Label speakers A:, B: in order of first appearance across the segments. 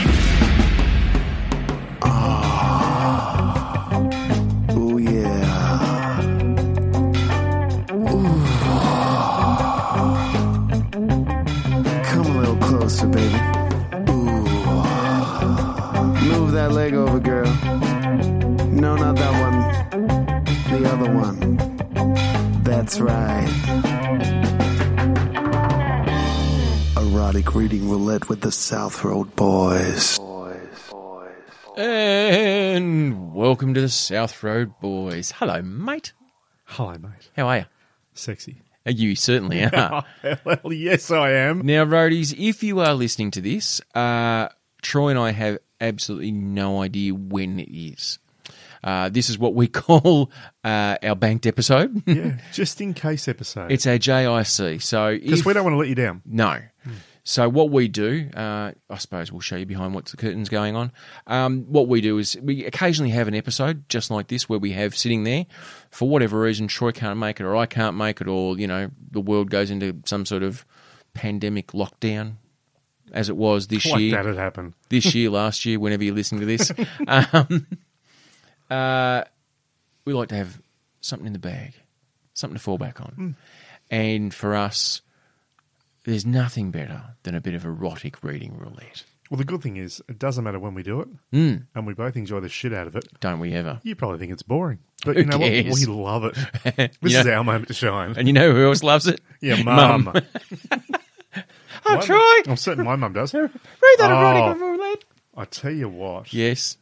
A: Oh, baby. Ooh. Move that leg over, girl. No, not that one. The other one. That's right. Erotic reading roulette with the South Road Boys.
B: And welcome to the South Road Boys. Hello, mate.
C: Hello, mate.
B: How are you?
C: Sexy.
B: Uh, You certainly are.
C: well, yes, I am.
B: now, roadies, if you are listening to this, uh, Troy and I have absolutely no idea when it is. Uh, this is what we call uh, our banked episode.
C: Yeah, just in case episode.
B: it's our JIC. So
C: because
B: if-
C: we don't want to let you down.
B: No. So what we do, uh, I suppose we'll show you behind what's the curtains going on. Um, what we do is we occasionally have an episode just like this where we have sitting there for whatever reason Troy can't make it or I can't make it or you know the world goes into some sort of pandemic lockdown as it was this
C: Like
B: year
C: that had happened.
B: this year, last year, whenever you're listening to this. um, uh, we like to have something in the bag, something to fall back
C: Hmm.
B: on. And for us, there's nothing better than a bit of erotic reading roulette,
C: Well, the good thing is, it doesn't matter when we do it,
B: Hmm.
C: and we both enjoy the shit out of it.
B: don't we ever?
C: You probably think it's boring, but
B: Who
C: you know
B: cares?
C: what? We love it. This
B: You
C: is
B: know-
C: our moment to shine.
B: And you know who else loves it?
C: Yeah, mum.
B: Oh,
C: My-
B: Troy,
C: I'm certain my mum does.
B: read that erotic
C: Oh.
B: roulette.
C: I tell you what,
B: Yes,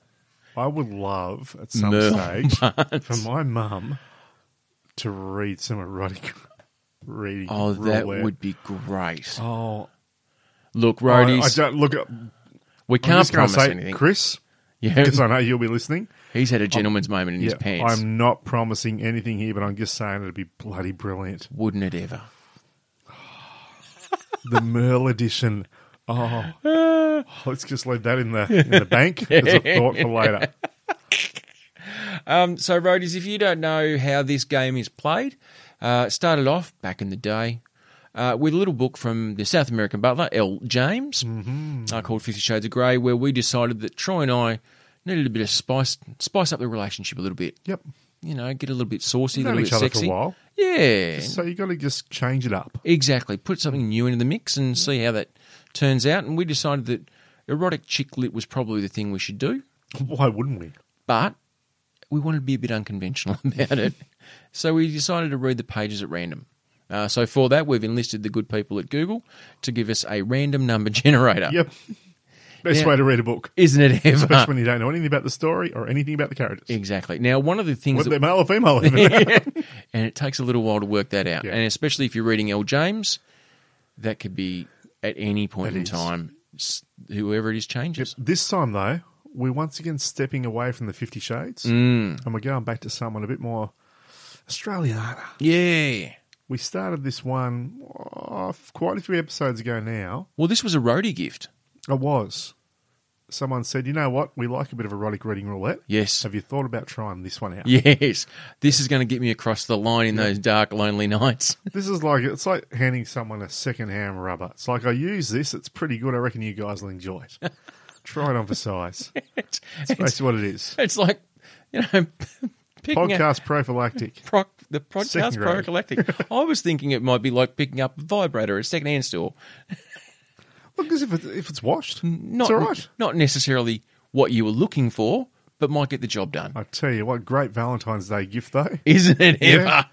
C: I would love at some
B: No.
C: stage for my mum to read some erotic reading.
B: oh, that
C: roulette.
B: would be great.
C: Oh,
B: Look,
C: I,
B: roadies,
C: I don't look. at-
B: we
C: I'm
B: can't
C: just going to
B: promise
C: say,
B: anything.
C: Chris,
B: yeah,
C: because I know you'll be listening.
B: he's had a gentleman's moment in his
C: Yeah,
B: pants.
C: I'm not promising anything here, but I'm just saying it'd be bloody brilliant.
B: Wouldn't it ever?
C: The Merle edition. Oh, let's just leave that in the in the bank as a thought for later.
B: Um, so, roadies, if you don't know how this game is played, uh, it started off back in the day uh, with a little book from the South American butler, L. James,
C: Mm-hmm.
B: uh, called Fifty Shades of Grey, where we decided that Troy and I needed a bit of spice, spice up the relationship a little bit.
C: Yep.
B: You know, get a little bit saucy, a
C: Known
B: little
C: each
B: bit
C: other for a
B: sexy.
C: while.
B: Yeah,
C: So you got to just change it up.
B: exactly. Put something new into the mix and see how that turns out. And we decided that erotic chick lit was probably the thing we should do.
C: Why wouldn't we?
B: but we wanted to be a bit unconventional about it. So we decided to read the pages at random. Uh, so for that, we've enlisted the good people at Google to give us a random number generator.
C: Yep. Best
B: Yeah. Uh-huh.
C: way to read a book,
B: Isn't it
C: especially
B: ever?
C: when you don't know anything about the story or anything about the characters,
B: Exactly. Now, one of the things
C: whether
B: that
C: they're male or female. Even.
B: and it takes a little while to work that out.
C: Yeah.
B: And especially if you're reading L. James, that could be at any point
C: That
B: in
C: is.
B: time, s- whoever it is changes.
C: This time, though, we're once again stepping away from the Fifty Shades,
B: Mm.
C: and we're going back to someone a bit more Australiana.
B: Yeah.
C: We started this one oh, quite a few episodes ago now.
B: Well, this was a roadie gift.
C: It was. Someone said, you know what? We like a bit of erotic reading roulette.
B: Yes.
C: Have you thought about trying this one out?
B: Yes. This is going to get me across the line in those dark, lonely nights.
C: This is like, it's like handing someone a second hand rubber. It's like, I use this. It's pretty good. I reckon you guys will enjoy it. Try it on for size.
B: it's,
C: That's what it is.
B: it's like you know picking up
C: Podcast prophylactic.
B: proc, the podcast
C: Second grade.
B: prophylactic. I was thinking it might be like picking up a vibrator at a secondhand store.
C: Look, as if it's, if it's washed,
B: Not
C: it's all right.
B: not necessarily what you were looking for, but might get the job done.
C: I tell you what, great Valentine's Day gift, though.
B: Isn't it
C: Yeah.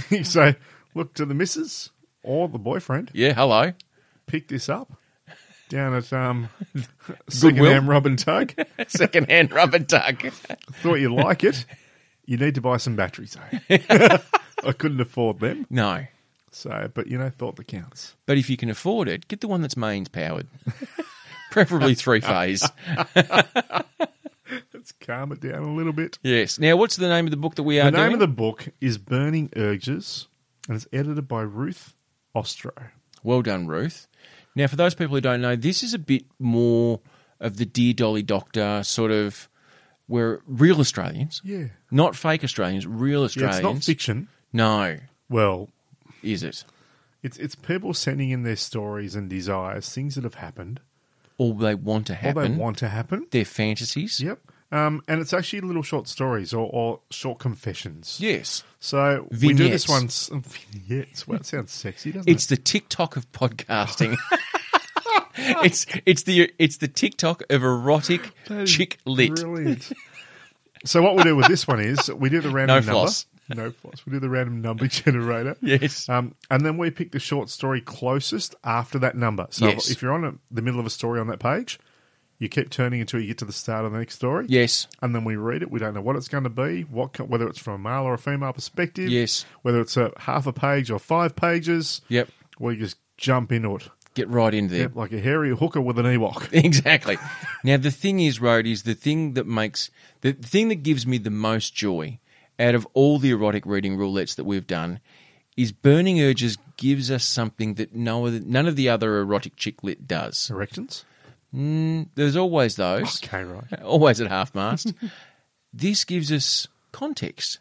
B: ever?
C: so look to the missus or the boyfriend.
B: Yeah, hello.
C: pick this up down at um
B: Goodwill.
C: Secondhand Rub and Tug.
B: Secondhand rubber duck.
C: Thought you'd like it. You need to buy some batteries though. I couldn't afford them.
B: No.
C: So but you know, thought that counts.
B: But if you can afford it, get the one that's mains powered. Preferably three phase.
C: Let's calm it down a little bit.
B: Yes. Now, what's the name of the book that we
C: The
B: are
C: name
B: doing?
C: of the book is Burning Urges and it's edited by Ruth Ostro.
B: Well done, Ruth. Now, for those people who don't know, this is a bit more of the Dear Dolly Doctor sort of. We're real Australians,
C: Yeah.
B: not fake Australians, real
C: yeah
B: Australians.
C: it's not fiction.
B: No,
C: Well,
B: is it?
C: it's it's people sending in their stories and desires, things that have happened,
B: All they want to happen,
C: or they want to happen.
B: their fantasies.
C: Yep. Um, and it's actually little short stories or, or short confessions.
B: Yes.
C: So we do
B: Vignettes.
C: this one. s- Vignettes. Well, it sounds sexy, doesn't
B: It's
C: it?
B: the TikTok of podcasting. it's it's the it's the TikTok of erotic
C: That is
B: chick lit.
C: Brilliant. so what we do with this one is we do the random
B: No
C: number.
B: floss.
C: No floss. We do the random number generator.
B: Yes.
C: Um, and then we pick the short story closest after that number. So
B: Yes.
C: if you're on a, the middle of a story on that page, you keep turning until you get to the start of the next story.
B: Yes.
C: And then we read it. We don't know what it's going to be, what co- whether it's from a male or a female perspective.
B: Yes.
C: Whether it's a half a page or five pages.
B: Yep.
C: We just jump into it.
B: Get right in there.
C: Yep, like a hairy hooker with an Ewok.
B: Exactly. now the thing is, Road, is the thing that makes the thing that gives me the most joy out of all the erotic reading roulettes that we've done is Burning Urges gives us something that no other, none of the other erotic chick lit does.
C: Erections?
B: There's always those,
C: Okay, right.
B: always at half mast. this gives us context.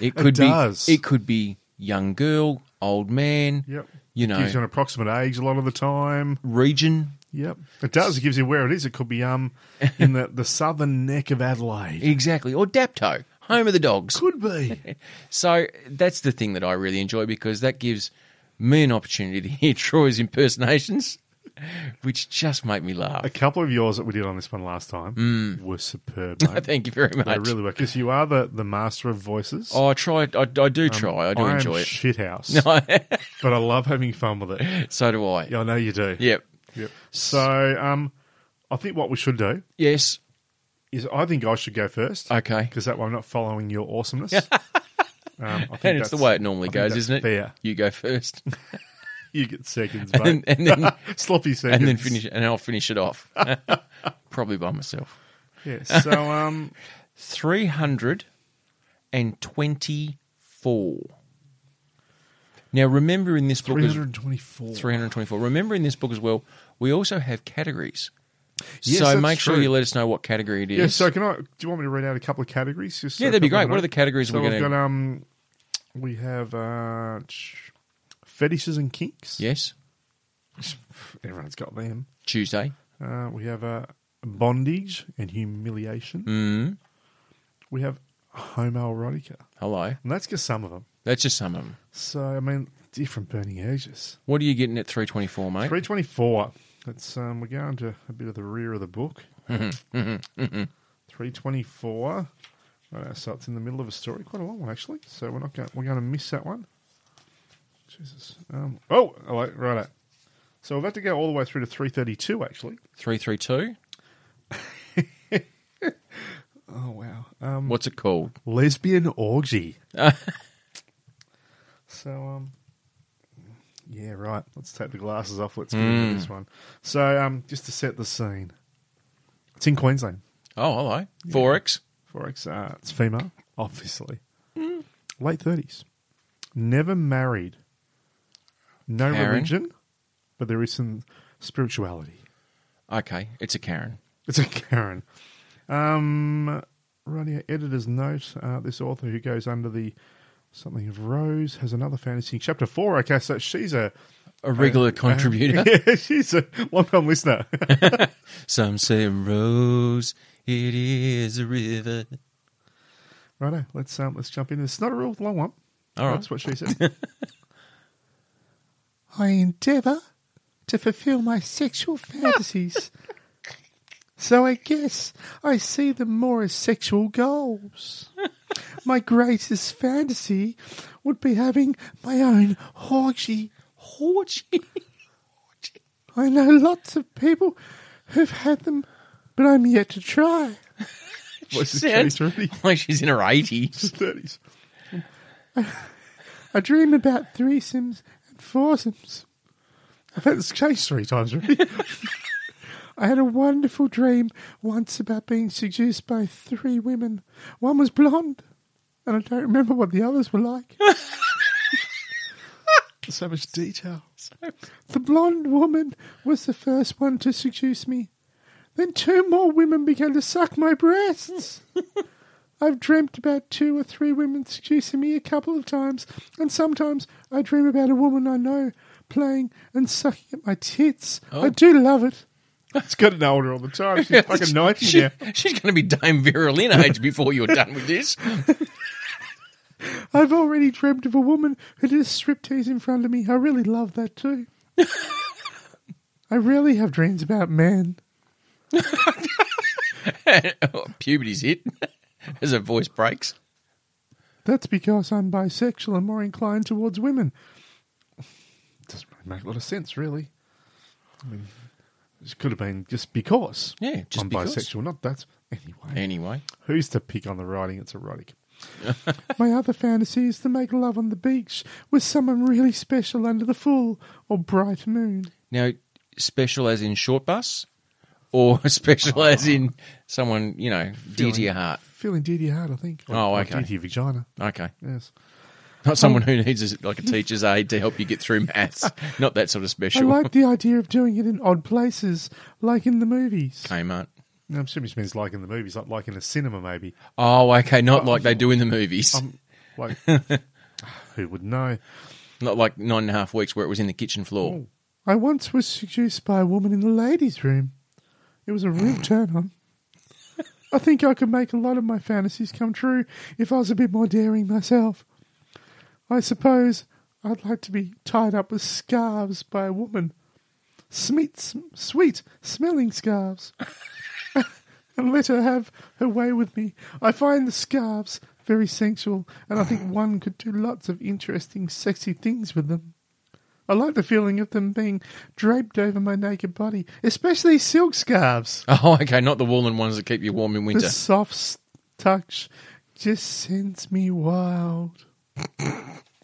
B: It could
C: does.
B: be it could be young girl, old man,
C: Yep.
B: you know,
C: Gives you an approximate age a lot of the time.
B: region.
C: Yep. It does. It gives you where it is. It could be um in the, the southern neck of Adelaide.
B: Exactly. Or Dapto, home of the dogs.
C: could be.
B: So that's the thing that I really enjoy because that gives me an opportunity to hear Troy's impersonations, which just make me laugh.
C: A couple of yours that we did on this one last time were superb. Mate.
B: Mm. Thank you very
C: they
B: much.
C: really were. Because you are the, the master of voices.
B: Oh, I try. I, I do try. I do
C: Um, am
B: enjoy it.
C: Shithouse. but I love having fun with it.
B: So do I.
C: Yeah, I know you do.
B: Yep.
C: Yep. So um I think what we should do
B: Yes.
C: is I think I should go first.
B: Okay.
C: Because that way I'm not following your awesomeness. um, I think
B: And it's the
C: that's-
B: way it normally
C: I think
B: goes,
C: that's
B: isn't it?
C: fair.
B: You go first,
C: You get seconds,
B: and
C: mate.
B: then, and then,
C: Sloppy seconds.
B: and then finish, and I'll finish it off, probably by myself.
C: Yeah, so um,
B: Three hundred and twenty-four. Now, remember in this book, as-
C: 324.
B: 324. Remember in this book as well, we also have categories.
C: Yes,
B: so
C: that's
B: make sure
C: true.
B: you let us know what category it is.
C: Yeah, so can I? Do you want me to read out a couple of categories? Just
B: Yeah,
C: a
B: that'd be
C: couple
B: great. What are the categories
C: So
B: we're
C: we've
B: gonna-
C: got? Um, we have uh, ch- fetishes and kinks.
B: yes,
C: everyone's got them.
B: Tuesday.
C: Uh, we have uh, bondage and humiliation.
B: Mm,
C: We have homoerotica,
B: hello.
C: and that's just some of them.
B: That's just some of them.
C: So I mean, different burning edges.
B: What are you getting at 324, mate?
C: Three twenty-four. That's um, we're going to a bit of the rear of the book. Three twenty-four. Right, so it's in the middle of a story, quite a long one actually. So we're not going. We're going to miss that one. Jesus. Um, oh, all right, right. So we've had to go all the way through to three thirty-two actually.
B: 332.
C: Oh wow. Um,
B: What's it called?
C: lesbian orgy. so um, yeah, right. Let's take the glasses off. Let's get into this one. So um, just to set the scene, it's in Queensland.
B: Oh, hello. Forex.
C: Forex. Uh, it's female, obviously. Hmm. Late thirties. Never married. No
B: Karen.
C: religion, but there is some spirituality.
B: Okay, it's a Karen.
C: It's a Karen. Um, right here, editor's note. Uh, this author who goes under the something of Rose has another fantasy. Chapter four. Okay, so she's a
B: A regular contributor.
C: Uh, yeah, she's a long-time listener.
B: Some say rose, it is a river.
C: Righto, let's um, let's jump in. It's not a real long one.
B: All right.
C: That's what she said. I endeavour to fulfil my sexual fantasies. so I guess I see them more as sexual goals. My greatest fantasy would be having my own orgy.
B: Orgy.
C: I know lots of people who've had them, but I'm yet to try. What's the
B: Sounds
C: case, really?
B: like she's in her 80s.
C: 30s. I dream about threesomes and foursomes. I've had this case three times already. I had a wonderful dream once about being seduced by three women. One was blonde, and I don't remember what the others were like. so much detail. The blonde woman was the first one to seduce me. Then two more women began to suck my breasts. I've dreamt about two or three women seducing me a couple of times, and sometimes I dream about a woman I know playing and sucking at my tits. I do love it. It's getting older all the time. She's fucking 90
B: She-
C: now.
B: She's going to be Dame Vera Lynn age before you're done with this.
C: I've already dreamt of a woman who did a striptease in front of me. I really love that too. I rarely have dreams about men.
B: Oh, Puberty's hit as her voice breaks.
C: That's because I'm bisexual and more inclined towards women. Doesn't really make a lot of sense, really. I mean, this could have been just because.
B: Yeah, just
C: I'm
B: because.
C: bisexual, not that's anyway.
B: Anyway,
C: Who's to pick on the writing? It's erotic. My other fantasy is to make love on the beach with someone really special under the full or bright moon.
B: now special as in short bus, or special as in someone you know dear to your heart.
C: Feeling dear to your heart, I think.
B: Oh,
C: or
B: okay.
C: Dear to your vagina.
B: Okay,
C: Yes.
B: not someone who needs a, like a teacher's aid to help you get through maths. Not that sort of special.
C: I like the idea of doing it in odd places, like in the movies.
B: Kmart.
C: No, I'm assuming she means like in the movies, like, like in a cinema, maybe.
B: Oh, okay. Not like they do in the movies.
C: Um, like, who would know?
B: Not like nine and a half weeks where it was in the kitchen floor.
C: I once was seduced by a woman in the ladies' room. It was a real turn on. I think I could make a lot of my fantasies come true if I was a bit more daring myself. I suppose I'd like to be tied up with scarves by a woman. Sweet, sweet smelling scarves. and let her have her way with me. I find the scarves very sensual, and I think one could do lots of interesting, sexy things with them. I like the feeling of them being draped over my naked body, especially silk scarves.
B: Oh, okay. Not the woolen ones that keep you warm in winter.
C: The soft s- touch just sends me wild.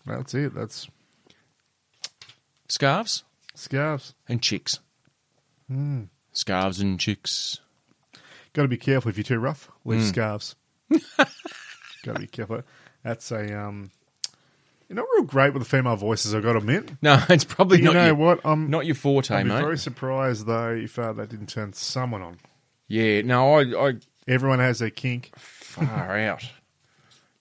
C: That's it. That's
B: Scarves
C: scarves.
B: and chicks.
C: Hmm.
B: Scarves and chicks.
C: Got to be careful if you're too rough.
B: Hmm.
C: Leave scarves. Got to be careful. That's a um. You're not real great with the female voices. I've got to admit.
B: No, it's probably
C: You
B: not
C: know
B: your,
C: what? I'm
B: not your forte,
C: I'd be
B: mate.
C: very surprised though if uh, that didn't turn someone on.
B: Yeah. No, I. I
C: Everyone has their kink.
B: far out.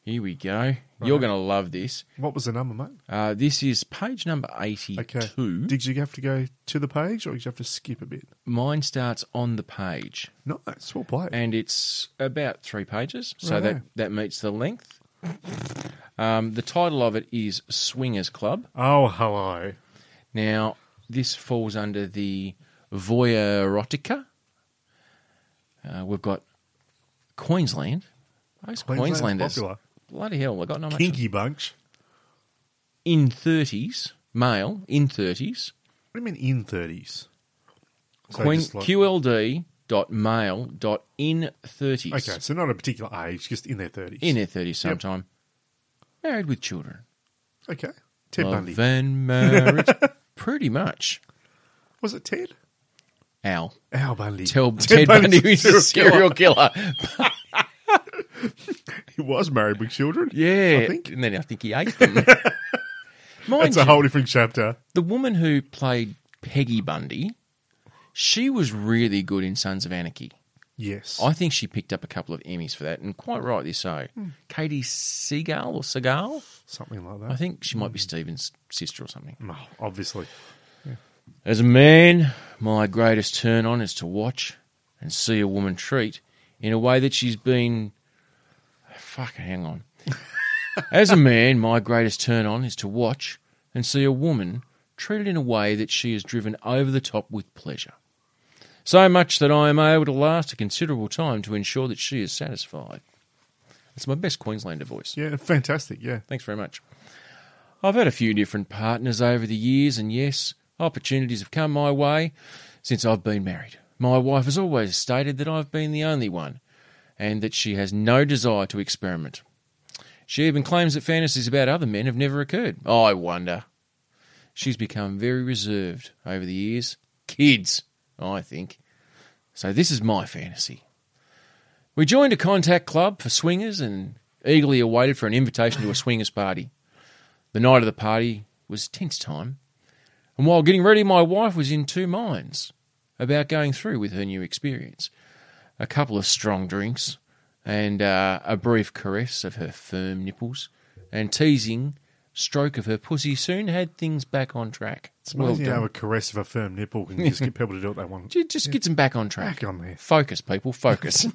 B: Here we go. You're going to love this.
C: What was the number, mate?
B: Uh, this is page number eighty-two.
C: Okay. Did you have to go to the page or did you have to skip a bit?
B: Mine starts on the page,
C: Nice. Well played.
B: and it's about three pages, so
C: Righto.
B: that that meets the length. Um, the title of it is Swingers Club.
C: oh, hello.
B: Now, this falls under the voyeurotica. Uh, we've got Queensland. Those
C: Queensland's
B: Queenslanders.
C: popular.
B: Bloody hell, I got no much.
C: Kinky bunch.
B: In 30s, male, in 30s.
C: What do you mean in 30s? So
B: Queen,
C: just like-
B: QLD dot male dot in 30s.
C: Okay, so not a particular age, just in their 30s.
B: In their 30s sometime. Married with children.
C: Okay. Ted
B: Love
C: Bundy.
B: and marriage. Pretty much.
C: Was it Ted?
B: Al.
C: Al Bundy.
B: Tell Ted, Bundy is a serial killer.
C: He was married with children.
B: Yeah,
C: I think.
B: and then I think he ate them. Mind
C: That's a
B: you,
C: whole different chapter.
B: the woman who played Peggy Bundy, she was really good in Sons of Anarchy.
C: Yes.
B: I think she picked up a couple of Emmys for that, and quite rightly so.
C: Hmm.
B: Katie Seagal or Seagal,
C: Something like
B: I
C: that.
B: think she might be Stephen's sister or something.
C: No, obviously.
B: As a man, my greatest turn on is to watch and see a woman treat in a way that she's been. Fucking hang on. As a man, my greatest turn on is to watch and see a woman treated in a way that she is driven over the top with pleasure. So much that I am able to last a considerable time to ensure that she is satisfied. It's my best Queenslander voice.
C: Yeah, fantastic. Yeah.
B: Thanks very much. I've had a few different partners over the years, and yes, opportunities have come my way since I've been married. My wife has always stated that I've been the only one and that she has no desire to experiment. She even claims that fantasies about other men have never occurred. I wonder. She's become very reserved over the years. Kids, I think. So this is my fantasy. We joined a contact club for swingers and eagerly awaited for an invitation to a swingers party. The night of the party was tense time, and while getting ready, my wife was in two minds about going through with her new experience. A couple of strong drinks and uh, a brief caress of her firm nipples and teasing stroke of her pussy soon had things back on track.
C: It's amazing how a caress of a firm nipple can just get people to do what they want.
B: Ju- Just gets them back on track.
C: Back on there.
B: Focus, people. Focus. uh,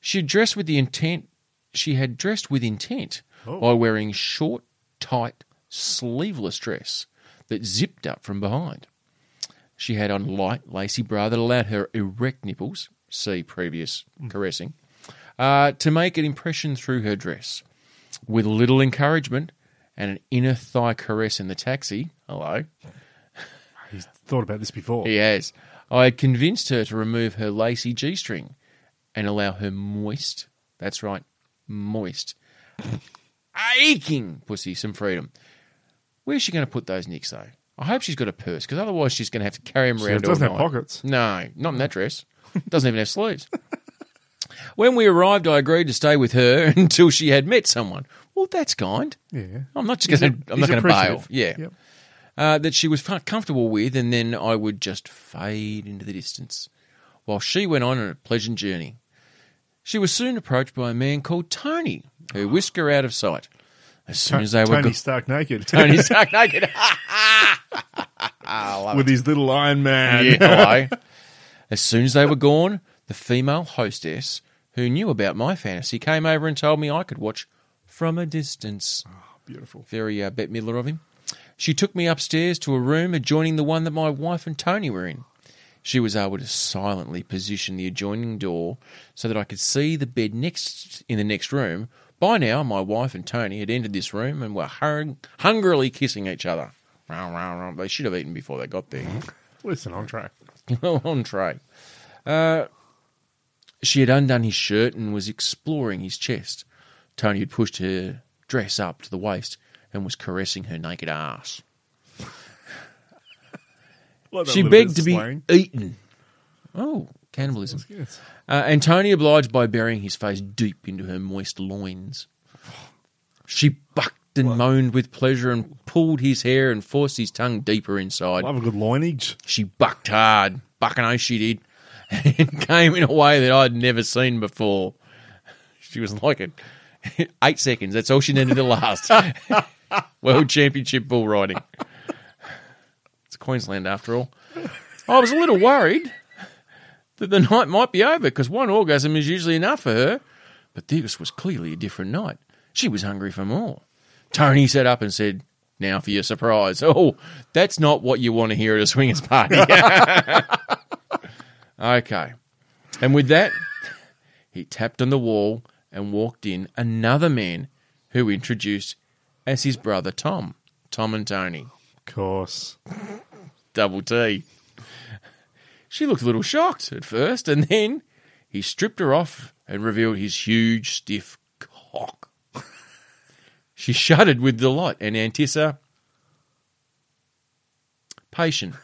B: she dressed with the intent. She had dressed with intent
C: Oh.
B: by wearing short, tight, sleeveless dress that zipped up from behind. She had on a light, lacy bra that allowed her erect nipples, see previous
C: Mm.
B: caressing, uh, to make an impression through her dress. With little encouragement and an inner thigh caress in the taxi, hello,
C: He's thought about this before.
B: he has, I had convinced her to remove her lacy G string and allow her moist, that's right, moist, aching pussy some freedom. Where's she going to put those nicks, though? I hope she's got a purse, because otherwise she's going to have to carry them around.
C: It doesn't
B: all
C: have
B: night.
C: pockets.
B: No, not in that dress. Doesn't even have sleeves. when we arrived, I agreed to stay with her until she had met someone. Well, that's kind.
C: Yeah.
B: I'm not just
C: He's
B: going
C: a-
B: to. I'm not
C: he's
B: going to bail.
C: appreciative.
B: Yeah.
C: Yep.
B: Uh, that she was fa- comfortable with, and then I would just fade into the distance, while she went on a pleasant journey. She was soon approached by a man called Tony, who whisked her out of sight. As soon as they were
C: Ah. Tony
B: go-
C: Stark naked
B: Tony Stark naked.
C: with his little Iron Man.
B: Yeah, hello. As soon as they were gone, the female hostess, who knew about my fantasy, came over and told me I could watch from a distance.
C: Beautiful.
B: Very uh, Bette Midler of him. She took me upstairs to a room adjoining the one that my wife and Tony were in. She was able to silently position the adjoining door so that I could see the bed next in the next room. By now, my wife and Tony had entered this room and were hung- hungrily kissing each other. Row, row, row. They should have eaten before they got there
C: Well, it's an entree.
B: entree. Uh, she had undone his shirt and was exploring his chest. Tony had pushed her dress up to the waist and was caressing her naked ass.
C: Like that
B: She
C: little bit
B: begged
C: of
B: to be
C: slang.
B: eaten. Oh, cannibalism.
C: Yes.
B: Uh, and Tony obliged by burying his face deep into her moist loins. She bucked and moaned with pleasure and pulled his hair and forced his tongue deeper inside.
C: Love a good loinage.
B: She bucked hard, bucking oh she did, and came in a way that I'd never seen before. She was like it. Eight seconds, that's all she needed to last. World Championship bull riding. It's Queensland after all. I was a little worried that the night might be over because one orgasm is usually enough for her, but this was clearly a different night. She was hungry for more. Tony sat up and said, Now for your surprise. Oh, that's not what you want to hear at a swingers party. okay. And with that, he tapped on the wall and walked in another man who introduced as his brother Tom. Tom and Tony.
C: Of course.
B: Double T. She looked a little shocked at first, and then he stripped her off and revealed his huge, stiff cock. she shuddered with delight, and Antissa, patient.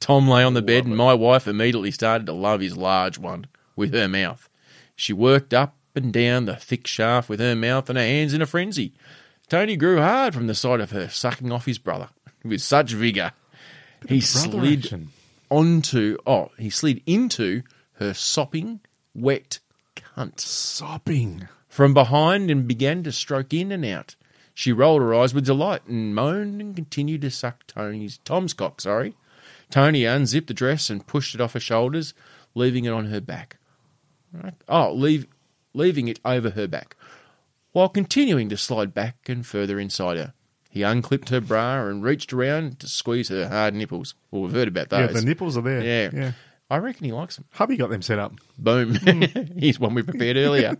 B: Tom lay on the bed, and my wife immediately started to love his large one with her mouth. She worked up and down the thick shaft with her mouth and her hands in a frenzy. Tony grew hard from the sight of her sucking off his brother with such vigour. He
C: Brother
B: slid
C: action.
B: onto oh he slid into her sopping wet cunt
C: Sopping.
B: from behind and began to stroke in and out she rolled her eyes with delight and moaned and continued to suck tony's tom's cock sorry tony unzipped the dress and pushed it off her shoulders leaving it on her back Right. oh leave, leaving it over her back while continuing to slide back and further inside her he unclipped her bra and reached around to squeeze her hard nipples. Well, we've heard about
C: Yeah,
B: those.
C: the nipples are there.
B: Uh, Yeah.
C: Yeah.
B: I reckon he likes them.
C: Hubby got them set up.
B: Boom. Here's one we prepared earlier.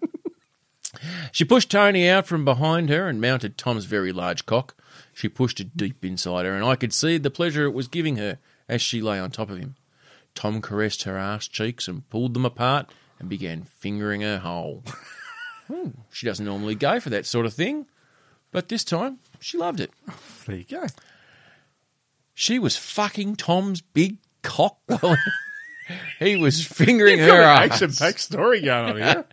B: she pushed Tony out from behind her and mounted Tom's very large cock. She pushed it deep inside her, and I could see the pleasure it was giving her as she lay on top of him. Tom caressed her ass cheeks and pulled them apart and began fingering her hole. Hmm, she doesn't normally go for that sort of thing, but this time she loved it.
C: There you go.
B: She was fucking Tom's big cock while he was fingering her
C: Got an
B: ass.
C: action packed story going on here.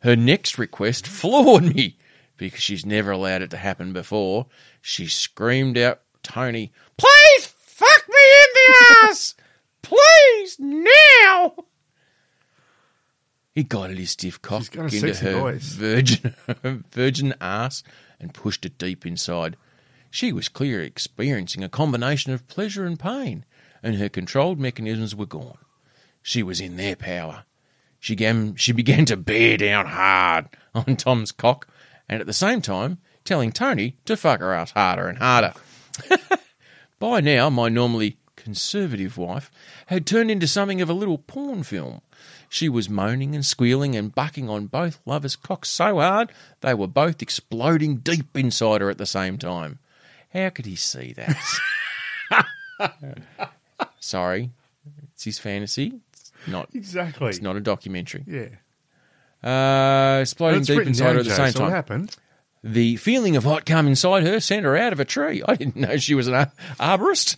B: Her next request floored me because she's never allowed it to happen before. She screamed out, Tony, please fuck me in the ass! Please now! He guided his stiff cock
C: She's got a
B: into
C: sexy
B: her
C: voice.
B: virgin virgin ass and pushed it deep inside. She was clearly experiencing a combination of pleasure and pain, and her controlled mechanisms were gone. She was in their power. She began, she began to bear down hard on Tom's cock, and at the same time telling Tony to fuck her ass harder and harder. By now, my normally conservative wife had turned into something of a little porn film. She was moaning and squealing and bucking on both lovers' cocks so hard they were both exploding deep inside her at the same time. How could he see that? Sorry, it's his fantasy. It's not.
C: Exactly.
B: It's not a documentary.
C: Yeah.
B: Uh, exploding
C: It's
B: deep
C: written
B: inside
C: down,
B: her at the
C: Jay,
B: same
C: so
B: time.
C: What happened?
B: The feeling of hot cum inside her sent her out of a tree. I didn't know she was an ar- arborist.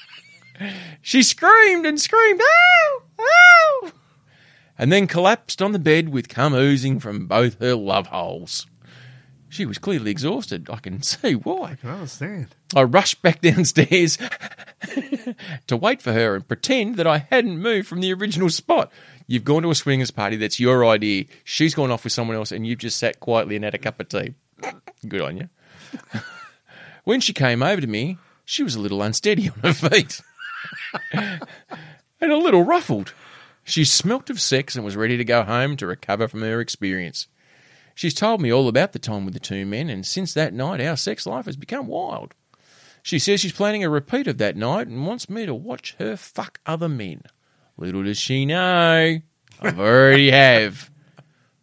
B: she screamed and screamed, ow, ow, and then collapsed on the bed with cum oozing from both her love holes. She was clearly exhausted. I can see why.
C: I understand.
B: I rushed back downstairs to wait for her and pretend that I hadn't moved from the original spot. You've gone to a swingers party, that's your idea. She's gone off with someone else, and you've just sat quietly and had a cup of tea. Good on you. when she came over to me, she was a little unsteady on her feet and a little ruffled. She smelt of sex and was ready to go home to recover from her experience. She's told me all about the time with the two men, and since that night, our sex life has become wild. She says she's planning a repeat of that night and wants me to watch her fuck other men. Little does she know, I've already have.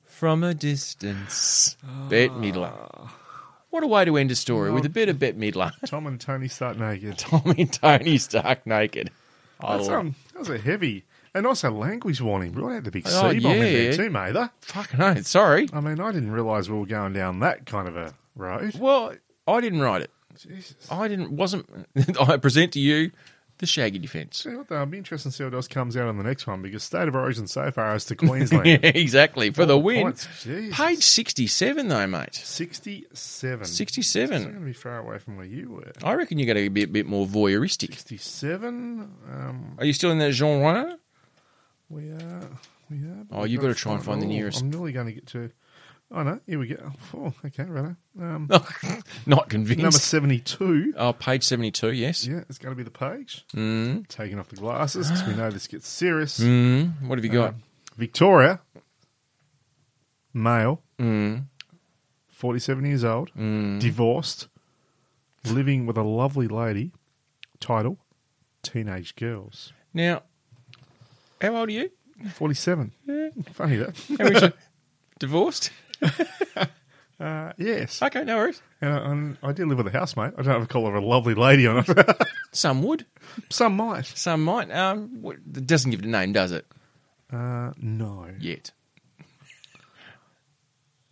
B: From a distance. Bet Midler. What a way to end a story with a bit of Bet Midler.
C: Tom and Tony start naked.
B: Tommy and Tony Stark naked. I
C: That's,
B: love-
C: um, that was a heavy. And also language warning. Right out the big C
B: Oh,
C: bomb in
B: yeah.
C: there too, mather.
B: Fucking no, sorry.
C: I mean, I didn't realise we were going down that kind of a road.
B: Well, I didn't write it.
C: Jesus.
B: I didn't. Wasn't. I present to you the Shaggy defence.
C: Tell you what, though, I'll be interested to see what else comes out on the next one because state of origin so far is to Queensland.
B: Yeah, exactly for the win.
C: points, Jesus.
B: Page sixty-seven, though, mate.
C: 67. It's not
B: Sixty-seven.
C: going to be far away from where you were.
B: I reckon you got to be a bit more voyeuristic.
C: 67. Um,
B: Are you still in that genre?
C: we are. We are.
B: Oh, you've got to try and find the
C: oh,
B: nearest.
C: I'm nearly going to get to. Oh, no. Here we go. Oh, okay, right. Um,
B: Not
C: number
B: convinced.
C: 72.
B: Oh, page seventy-two. Yes.
C: Yeah, it's going to be the page. Mm. Taking off the glasses because we know this gets serious.
B: Mm, what have you got?
C: Victoria, male,
B: Mm,
C: 47 years old,
B: mm.
C: divorced, living with a lovely lady. Title Teenage Girls.
B: Now, how old are you?
C: 47.
B: Yeah.
C: Funny that.
B: How old are you? Divorced?
C: Uh, yes.
B: Okay, no worries.
C: And I, and I do live with a housemate. I don't have a call her a lovely lady on it.
B: Some would,
C: Some might.
B: some might. Um, what- it doesn't give it a name, does it?
C: Uh, no.
B: Yet.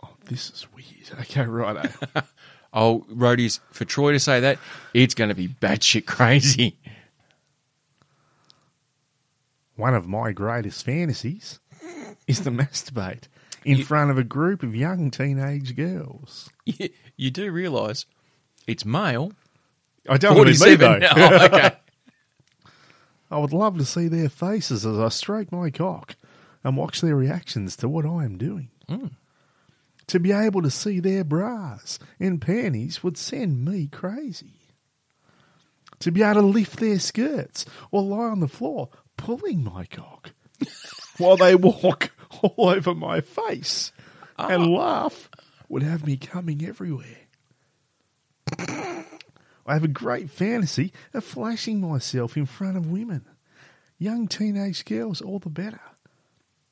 C: Oh, this is weird. Okay, right.
B: Oh, roadies, for Troy to say that, it's going to be batshit crazy.
C: One of my greatest fantasies is to masturbate in front of a group of young teenage girls.
B: You, you do realise it's male.
C: I don't want to be me,
B: 47.
C: though.
B: Oh, okay.
C: I would love to see their faces as I stroke my cock and watch their reactions to what I am doing. To be able to see their bras and panties would send me crazy. To be able to lift their skirts or lie on the floor pulling my cock while they walk all over my face and laugh would have me coming everywhere. I have a great fantasy of flashing myself in front of women. Young teenage girls, all the better.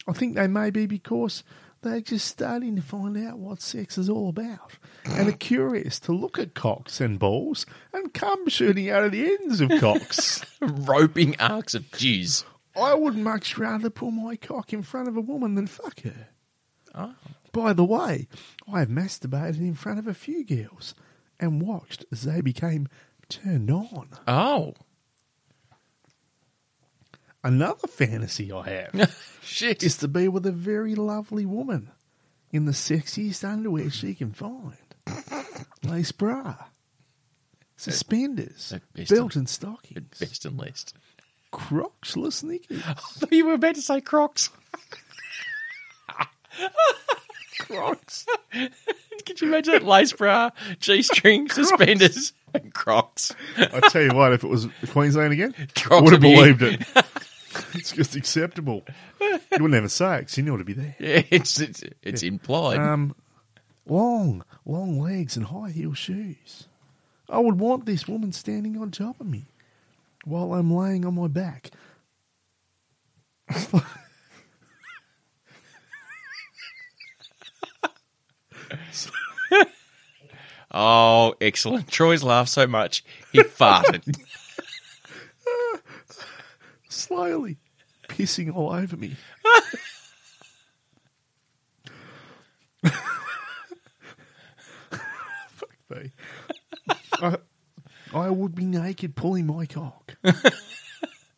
C: I think they may be because they're just starting to find out what sex is all about and are curious to look at cocks and balls and come shooting out of the ends of cocks.
B: Roping arcs of jizz.
C: I would much rather pull my cock in front of a woman than fuck her.
B: Ah.
C: By the way, I have masturbated in front of a few girls and watched as they became turned on.
B: Oh,
C: Another fantasy I have
B: shit.
C: is to be with a very lovely woman in the sexiest underwear she can find. Lace bra, suspenders,
B: At best
C: belt
B: of-
C: and stockings,
B: Best and least.
C: crotchless knickers,
B: You were about to say Crocs.
C: crocs.
B: Could you imagine that lace bra, G string, suspenders, and Crocs?
C: I tell you what, if it was Queensland again, I
B: Crocs
C: would have
B: would be-
C: believed it. It's just acceptable. You wouldn't even say it 'cause you knew it would be there.
B: Yeah, it's it's, it's implied.
C: Um, long, long legs and high heel shoes. I would want this woman standing on top of me while I'm laying on my back.
B: Oh, excellent. Troy's laughed so much, he farted.
C: slowly pissing all over me. Fuck me. I, I would be naked pulling my cock.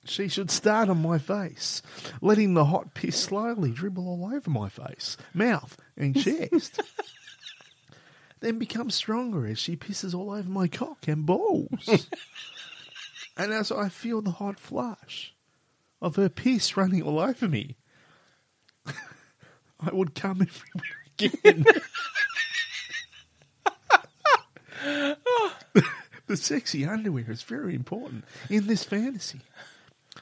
C: she should start on my face, letting the hot piss slowly dribble all over my face, mouth, and chest. then become stronger as she pisses all over my cock and balls. and as I feel the hot flush, of her piss running all over me. I would come everywhere again. the sexy underwear is very important in this fantasy.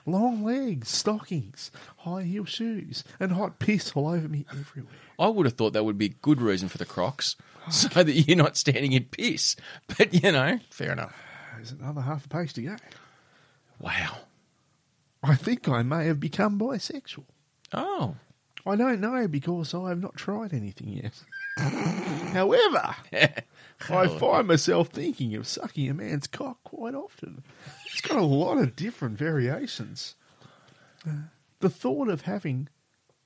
C: Long legs, stockings, high heel shoes, and hot piss all over me everywhere.
B: I would have thought that would be a good reason for the Crocs, so that you're not standing in piss. But, you know, fair enough.
C: There's another half a page to go.
B: Wow.
C: I think I may have become bisexual.
B: Oh,
C: I don't know because I have not tried anything yet. However, I find myself thinking of sucking a man's cock quite often. It's got a lot of different variations. Uh, the thought of having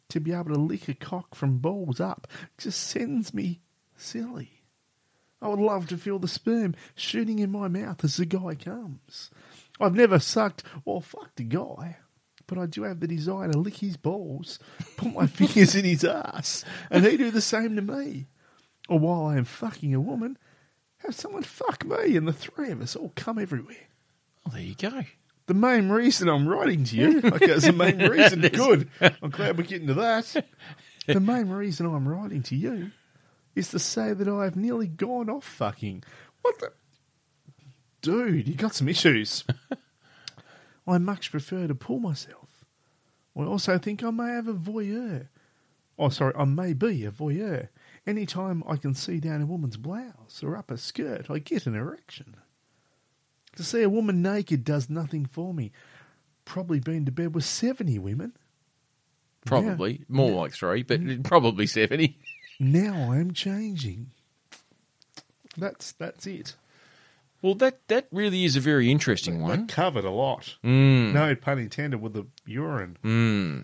C: to be able to lick a cock from balls up just sends me silly. I would love to feel the sperm shooting in my mouth as the guy comes. I've never sucked or fucked a guy, but I do have the desire to lick his balls, put my fingers in his ass, and he do the same to me. Or while I am fucking a woman, have someone fuck me and the three of us all come everywhere.
B: well, there you go.
C: The main reason I'm writing to you, okay, it's the main reason. Good. I'm glad we're getting to that. The main reason I'm writing to you is to say that I have nearly gone off fucking. What the? Dude, you got some issues. I much prefer to pull myself. I also think I may have a voyeur. Oh, sorry, I may be a voyeur. Anytime I can see down a woman's blouse or up her skirt, I get an erection. To see a woman naked does nothing for me. Probably been to bed with 70 women.
B: Probably. More like three, but probably 70.
C: Now I am changing. That's that's it.
B: Well, that, that really is a very interesting one.
C: That covered a lot.
B: Mm.
C: No pun intended with the urine.
B: Hmm.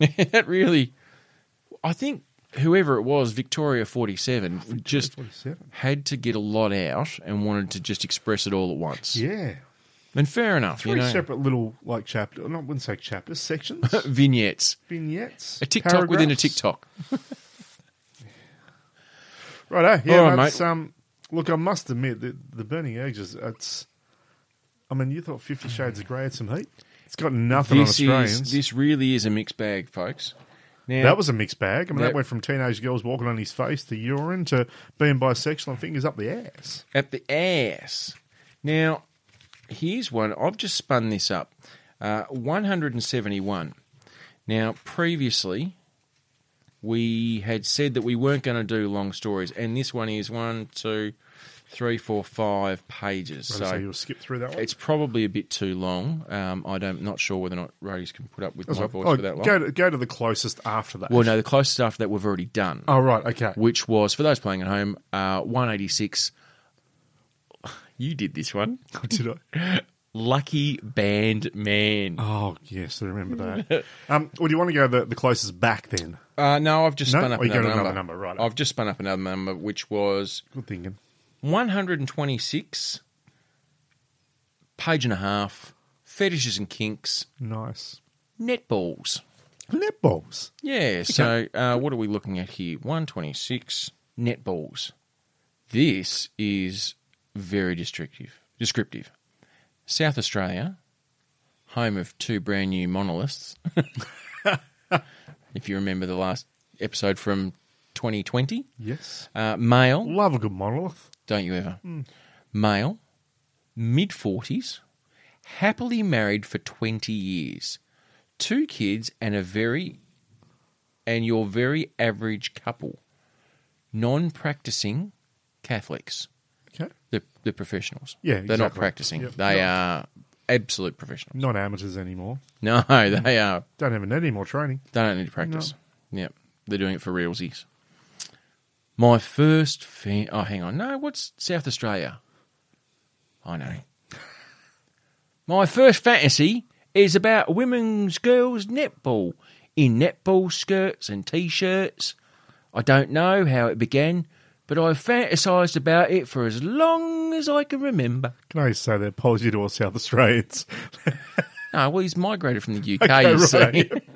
B: that really, I think whoever it was, Victoria 47, just
C: 47.
B: had to get a lot out and wanted to just express it all at once.
C: Yeah.
B: And fair enough,
C: Three
B: you know. Uh,
C: separate little like chapter. Not wouldn't say chapters, sections,
B: vignettes.
C: vignettes,
B: A TikTok within a
C: paragraphs.
B: TikTok.
C: Right, yeah,
B: All right,
C: that's,
B: mate.
C: Um, look, I must admit that the burning urges. It's. I mean, you thought Fifty Shades of Grey had some heat. It's got nothing
B: This
C: on Australians.
B: is this really is a mixed bag, folks. Now,
C: That was a mixed bag. I mean, that,
B: That-
C: went from teenage girls walking on his face to urine to being bisexual and fingers up the ass.
B: at the ass. Now, here's one. I've just spun this up. Uh, 171. Now, previously, we had said that we weren't going to do long stories, and this one is one, two, three, four, five pages.
C: So,
B: so
C: you'll skip through that one.
B: it's probably a bit too long. Um, I don't, not sure whether or not Radies can put up with
C: That's
B: my
C: right.
B: voice
C: Oh,
B: for that long.
C: Go to, go to the closest after that.
B: well, no, the closest after that we've already done
C: Oh, right. Okay.
B: which was for those playing at home, uh, 186. You did this one,
C: Did I?
B: Lucky Band Man.
C: Oh, yes. I remember that. um, well, do you want to go the, the closest back then?
B: Uh, no, I've just
C: No?
B: spun up
C: Oh, you got
B: another,
C: another
B: number.
C: number, right.
B: I've just spun up another number, which was
C: Good thinking.
B: 126, page and a half, fetishes and kinks,
C: Nice.
B: netballs.
C: Netballs.
B: Yeah. So uh, what are we looking at here? One twenty-six netballs. This is very descriptive. Descriptive. South Australia, home of two brand new monoliths. if you remember the last episode from 2020,
C: Yes.
B: uh, male.
C: Love a good monolith.
B: Don't you ever?
C: Hmm.
B: Male, mid forties, happily married for twenty years, two kids and a very and your very average couple, non practicing Catholics.
C: Okay.
B: They're, they're professionals.
C: Yeah,
B: They're not
C: exactly.
B: practicing.
C: Yep.
B: They
C: No.
B: are absolute professionals.
C: Not amateurs anymore.
B: No, they are.
C: Don't have any more training.
B: They don't need to practice. Yep. They're doing it for realsies. My first fan. Oh, hang on. No, what's South Australia? I know. My first fantasy is about women's girls netball in netball skirts and t shirts. I don't know how it began, but I fantasised about it for as long as I can remember.
C: Can I say that apology to all South Australians?
B: No, well, he's migrated from the UK,
C: Okay,
B: you see.
C: right.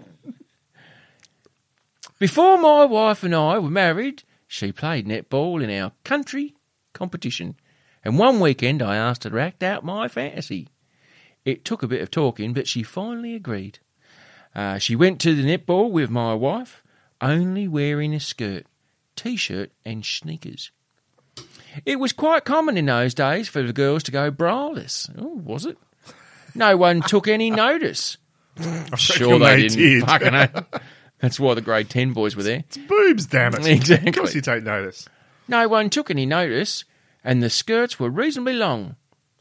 B: Before my wife and I were married, she played netball in our country competition. And one weekend I asked her to act out my fantasy. It took a bit of talking, but she finally agreed. Uh, she went to the netball with my wife, only wearing a skirt, t shirt, and sneakers. It was quite common in those days for the girls to go braless. Oh, was it? No one took any notice. sure
C: reckon
B: they,
C: they
B: didn't.
C: did.
B: Fucking hell. That's why the grade 10 boys were there.
C: It's boobs, damn it.
B: Exactly.
C: Of course you take notice.
B: No one took any notice, and the skirts were reasonably long,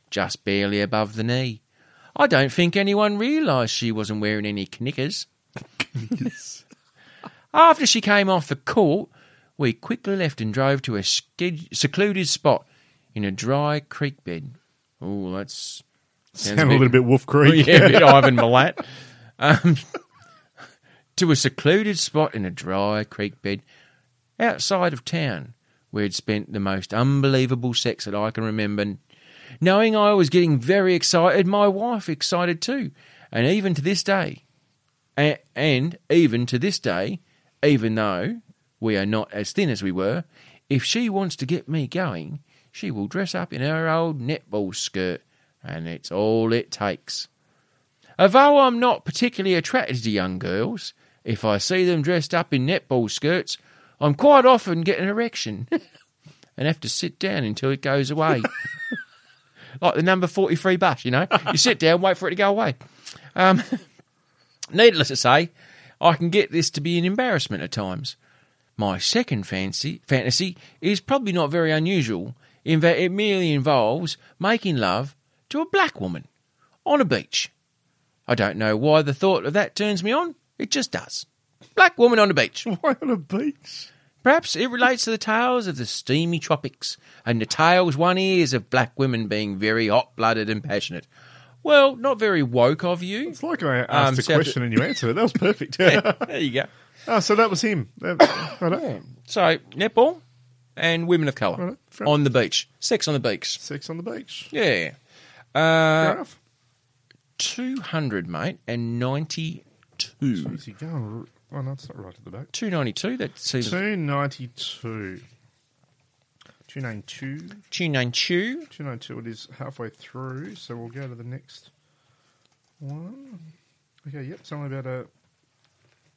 B: just barely above the knee. I don't think anyone realised she wasn't wearing any knickers. After she came off the court, we quickly left and drove to a skid- secluded spot in a dry creek bed. Oh, that's
C: Sound a little bit Wolf Creek.
B: yeah, a bit Ivan Milat. Um, to a secluded spot in a dry creek bed outside of town where I'd spent the most unbelievable sex that I can remember. Knowing I was getting very excited, my wife excited too. And even to this day, a- and even to this day, even though we are not as thin as we were, if she wants to get me going, she will dress up in her old netball skirt, and it's all it takes. Although I'm not particularly attracted to young girls, if I see them dressed up in netball skirts, I'm quite often get an erection and have to sit down until it goes away. like the number 43 bus, you know? You sit down, wait for it to go away. Um, needless to say, I can get this to be an embarrassment at times. My second fancy, fantasy is probably not very unusual in that it merely involves making love to a black woman on a beach. I don't know why the thought of that turns me on. It just does. Black woman on the beach.
C: Why on a beach?
B: Perhaps it relates to the tales of the steamy tropics and the tales one hears of black women being very hot blooded and passionate. Well, not very woke of you.
C: It's like I asked
B: Um,
C: a
B: South-
C: question and you answered it. That was perfect.
B: There you go.
C: oh, so that was him. That- right up.
B: So, netball and women of colour
C: Right, fair
B: on the beach. Sex on the beach.
C: Sex on the beach.
B: Yeah.
C: Fair
B: Uh,
C: enough.
B: 200, mate, and 92.
C: Is he going? Oh, no, it's not right at the back.
B: 292, that seems...
C: 292. 292.
B: 292.
C: 292, it is halfway through, so we'll go to the next one. Okay, yep, something about uh,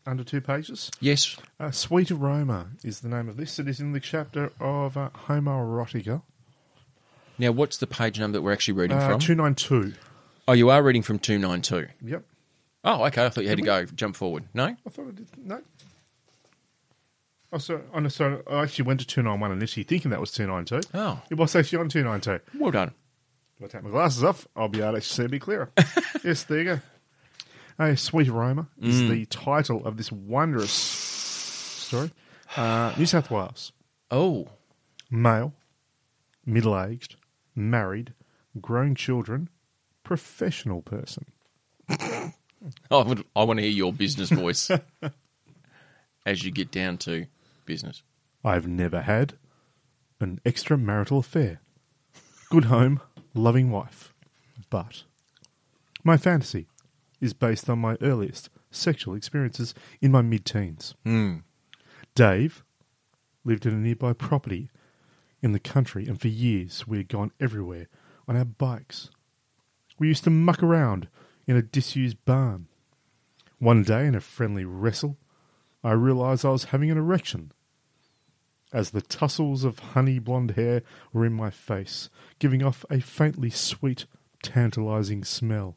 C: under two pages.
B: Yes.
C: Uh, Sweet Aroma is the name of this. It is in the chapter of uh, homoerotica.
B: Now, what's the page number that we're actually reading
C: Uh,
B: from?
C: 292.
B: Oh, you are reading from 292.
C: Yep.
B: Oh, okay. I thought you had to go jump forward. No?
C: I thought I did. No. Oh, sorry. Oh, no, sorry. I actually went to 291 initially thinking that was 292.
B: Oh,
C: It was actually on 292.
B: well done.
C: If I take my glasses off, I'll be able to see a bit clearer. yes, there you go. A sweet aroma is
B: Mm.
C: the title of this wondrous story. Uh, New South Wales,
B: Oh,
C: male, middle-aged, married, grown children, professional person.
B: I, would, I want to hear your business voice as you get down to business.
C: I've never had an extramarital affair. Good home, loving wife. But my fantasy is based on my earliest sexual experiences in my mid teens. Dave lived in a nearby property in the country, and for years we had gone everywhere on our bikes. We used to muck around in a disused barn. One day, in a friendly wrestle, I realised I was having an erection as the tussles of honey blonde hair were in my face, giving off a faintly sweet, tantalizing smell,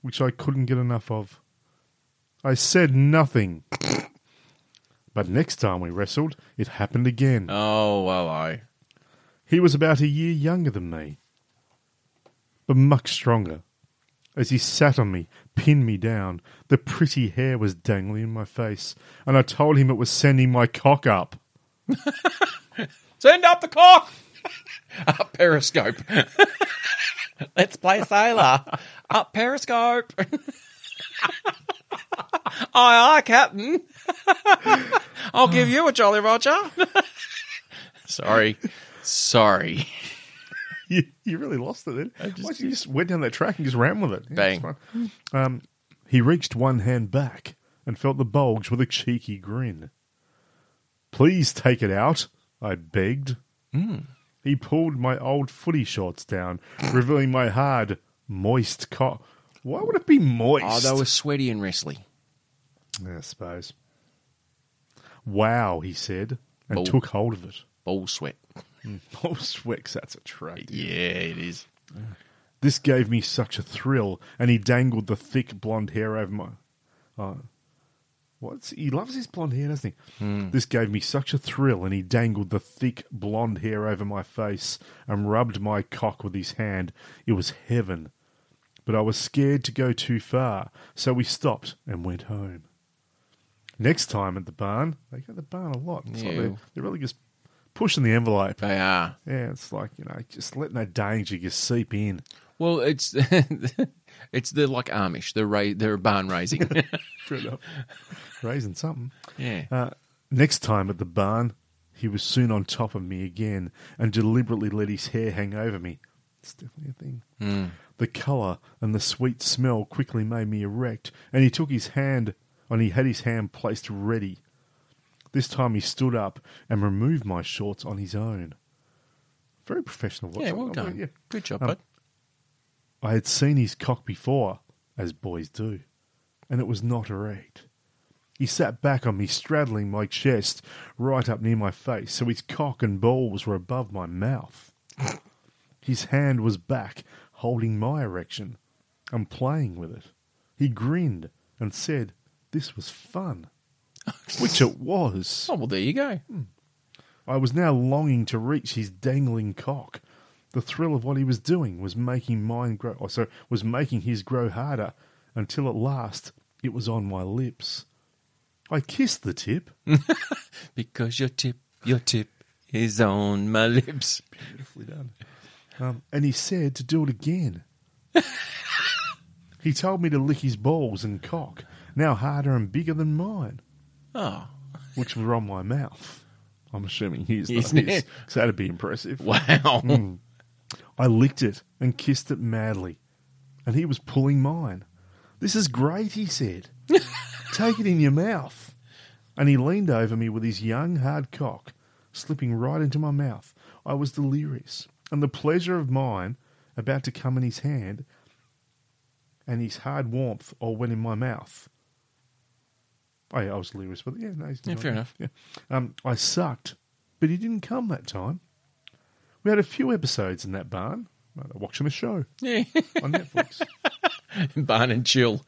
C: which I couldn't get enough of. I said nothing. but next time we wrestled, it happened again.
B: Oh, hello.
C: He was about a year younger than me, but much stronger. As he sat on me, pinned me down, the pretty hair was dangling in my face, and I told him it was sending my cock up.
B: Send up the clock. up Periscope. Let's play sailor. Up Periscope. aye, aye, Captain. I'll give you a Jolly Roger. Sorry. Sorry.
C: You, you really lost it then.
B: just-
C: Why did you just went down that track and just ran with it? Yeah,
B: Bang.
C: it's fine. Um, he reached one hand back and felt the bulge with a cheeky grin. Please take it out, I begged.
B: Hmm.
C: He pulled my old footy shorts down, revealing my hard, moist cock. Why would it be moist?
B: Oh, they were sweaty and wrestly.
C: Yeah, I suppose. Wow, he said, and
B: Bull. Hmm.
C: took hold of it.
B: Ball sweat.
C: Oh, Swix, that's a trait.
B: Yeah, it is.
C: This gave me such a thrill, and he dangled the thick blonde hair over my. Oh. what's he loves his blonde hair, doesn't he? This gave me such a thrill, and he dangled the thick blonde hair over my face and rubbed my cock with his hand. It was heaven, but I was scared to go too far, so we stopped and went home. Next time at the barn, they go to the barn a lot. It's like
B: Yeah.
C: they're, they're really just pushing the envelope.
B: They are.
C: Yeah, it's like you know, just letting that danger just seep in.
B: Well, it's it's they're like Amish. They're ra- they're barn raising.
C: Fair enough. Raising something.
B: yeah.
C: Uh, next time at the barn, he was soon on top of me again and deliberately let his hair hang over me. It's definitely a thing.
B: Hmm.
C: The colour and the sweet smell quickly made me erect, and he took his hand and he had his hand placed ready. This time he stood up and removed my shorts on his own. Very professional.
B: yeah.
C: wasn't
B: Well
C: it?
B: done. Oh,
C: Yeah.
B: Good job,
C: Um,
B: bud.
C: I had seen his cock before, as boys do, and it was not erect. He sat back on me, straddling my chest right up near my face, so his cock and balls were above my mouth. his hand was back, holding my erection and playing with it. He grinned and said, This was fun. Which it was.
B: Oh well, there you go.
C: I was now longing to reach his dangling cock. The thrill of what he was doing was making mine grow, or so was making his grow harder, until at last it was on my lips. I kissed the tip.
B: Because your tip, your tip is on my lips.
C: Beautifully done. Um, and he said to do it again. he told me to lick his balls and cock, now harder and bigger than mine,
B: Oh,
C: which were on my mouth. I'm assuming he's
B: Yes.
C: not his, so that'd be impressive.
B: wow.
C: Hmm. I licked it and kissed it madly, and he was pulling mine. This is great, he said. Take it in your mouth. And he leaned over me with his young, hard cock slipping right into my mouth. I was delirious, and the pleasure of mine about to come in his hand, and his hard warmth all went in my mouth. Oh, yeah, I was delirious, but yeah, no, he's
B: Yeah,
C: not-
B: fair enough.
C: Yeah. Um, I sucked, but he didn't come that time. We had a few episodes in that barn, uh, watching a show
B: Yeah.
C: on Netflix.
B: Barn and chill.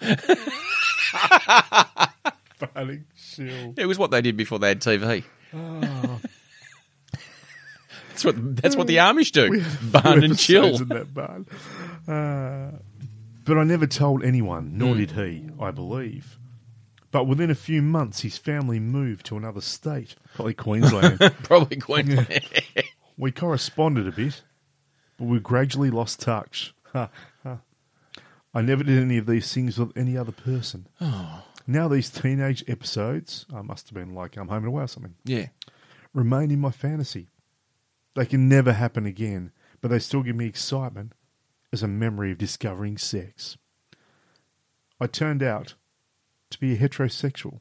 C: Barney Shield.
B: It was what they did before they had TV.
C: Oh.
B: that's what that's what the
C: Hmm.
B: Amish do. Barn and
C: Episodes
B: chill.
C: in that barn. Uh, but I never told anyone,
B: Hmm.
C: nor did he, I believe. But within a few months, his family moved to another state, probably Queensland.
B: Probably Queensland.
C: we corresponded a bit, but we gradually lost touch. Ha, ha. I never did any of these things with any other person.
B: Oh.
C: Now these teenage episodes, I must have been like I'm home and away or something.
B: yeah.
C: remain in my fantasy. They can never happen again, but they still give me excitement as a memory of discovering sex. I turned out to be a heterosexual,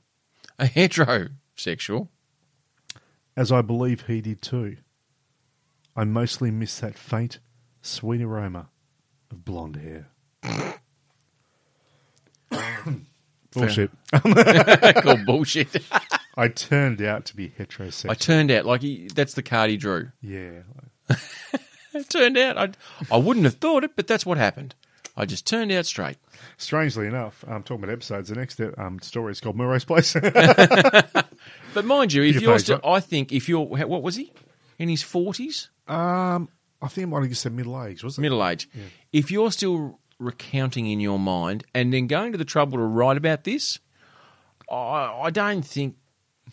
B: A heterosexual.
C: as I believe he did too. I mostly miss that faint, sweet aroma of blonde hair. Bullshit.
B: Called bullshit.
C: I turned out to be heterosexual.
B: I turned out like he, that's the card he drew.
C: yeah.
B: It turned out I I wouldn't have thought it, but that's what happened. I just turned out straight.
C: Strangely enough, I'm talking about episodes. The next um, story is called Melrose Place.
B: But mind you, if
C: Peter
B: you're
C: Page,
B: still,
C: right?
B: I think if you're, what was he in his forties?
C: Um, I think it might have just said middle age, wasn't it?
B: Middle age. If you're still recounting in your mind and then going to the trouble to write about this, I, I don't think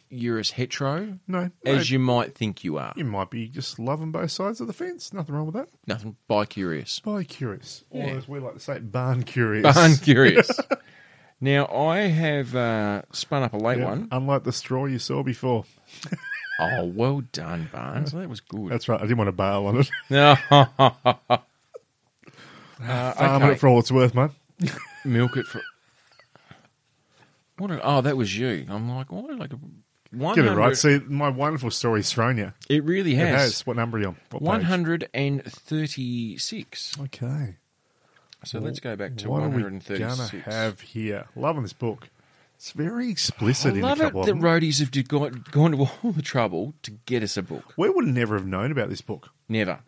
B: you're as hetero
C: No, no,
B: as you might think you are.
C: you might be just loving both sides of the fence. Nothing wrong with that.
B: Nothing bi curious.
C: Bi curious, or
B: Yeah.
C: as we like to say, barn curious.
B: Barn curious. now I have uh, spun up a late
C: Yeah,
B: one.
C: Unlike the straw you saw before.
B: Oh, well done, Barnes. That was good. Uh,
C: That's right. I didn't want to bail on it.
B: No,
C: Farming
B: okay.
C: it for all it's worth, mate.
B: milk it for. What? A, oh, that was you. I'm like, why? Like a one
C: Get it right. See, my wonderful story's thrown you.
B: It really
C: It
B: has.
C: has. What number are you on? What page?
B: One hundred and thirty-six.
C: Okay.
B: So let's go back to one
C: what are
B: hundred
C: we
B: and thirty-six.
C: gonna have here? Loving this book. It's very explicit
B: I
C: in
B: love
C: a
B: it
C: couple
B: that
C: of them.
B: roadies have did- gone, gone to all the trouble to get us a book.
C: we would never have known about this book.
B: Never.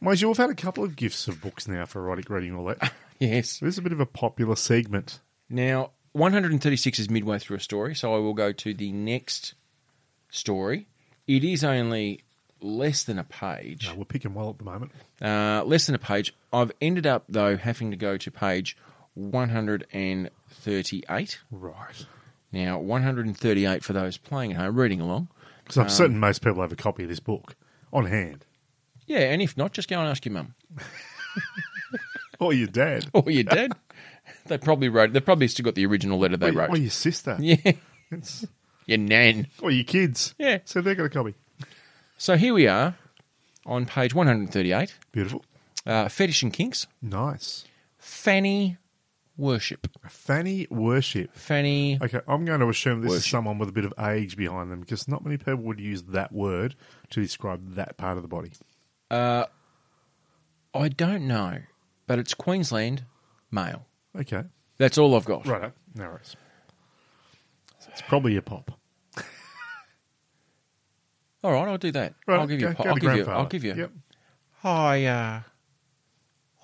C: Mind you, we've had a couple of gifts of books now for erotic reading and all that.
B: Yes.
C: So this is a bit of a popular segment.
B: Now, 136 is midway through a story, so I will go to the next story. It is only less than a page.
C: No, we're picking well at the moment.
B: Uh, less than a page. I've ended up, though, having to go to page 138.
C: Right.
B: Now, 138 for those playing at home, reading along.
C: Because
B: Um,
C: I'm certain most people have a copy of this book on hand.
B: Yeah, and if not, just go and ask your mum
C: Or your dad.
B: or your dad. they probably wrote. They probably still got the original letter they
C: or, or
B: wrote.
C: your sister.
B: Yeah,
C: It's-
B: your nan.
C: or your kids.
B: Yeah.
C: So they've got a copy.
B: So here we are on page 138.
C: Beautiful.
B: Uh, Fetish and kinks.
C: Nice.
B: Fanny worship.
C: Fanny worship.
B: Fanny.
C: Okay, I'm going to assume this is
B: Worship.
C: someone with a bit of age behind them because not many people would use that word to describe that part of the body.
B: I don't know, but it's Queensland male.
C: Okay.
B: That's all I've got.
C: Right. No worries. It's probably your pop.
B: All right, I'll do that.
C: Right.
B: I'll give you.
C: go-
B: a po-
C: go
B: I'll
C: to
B: give you.
C: grandfather.
B: I'll give you.
C: Yep.
B: Hi. Uh,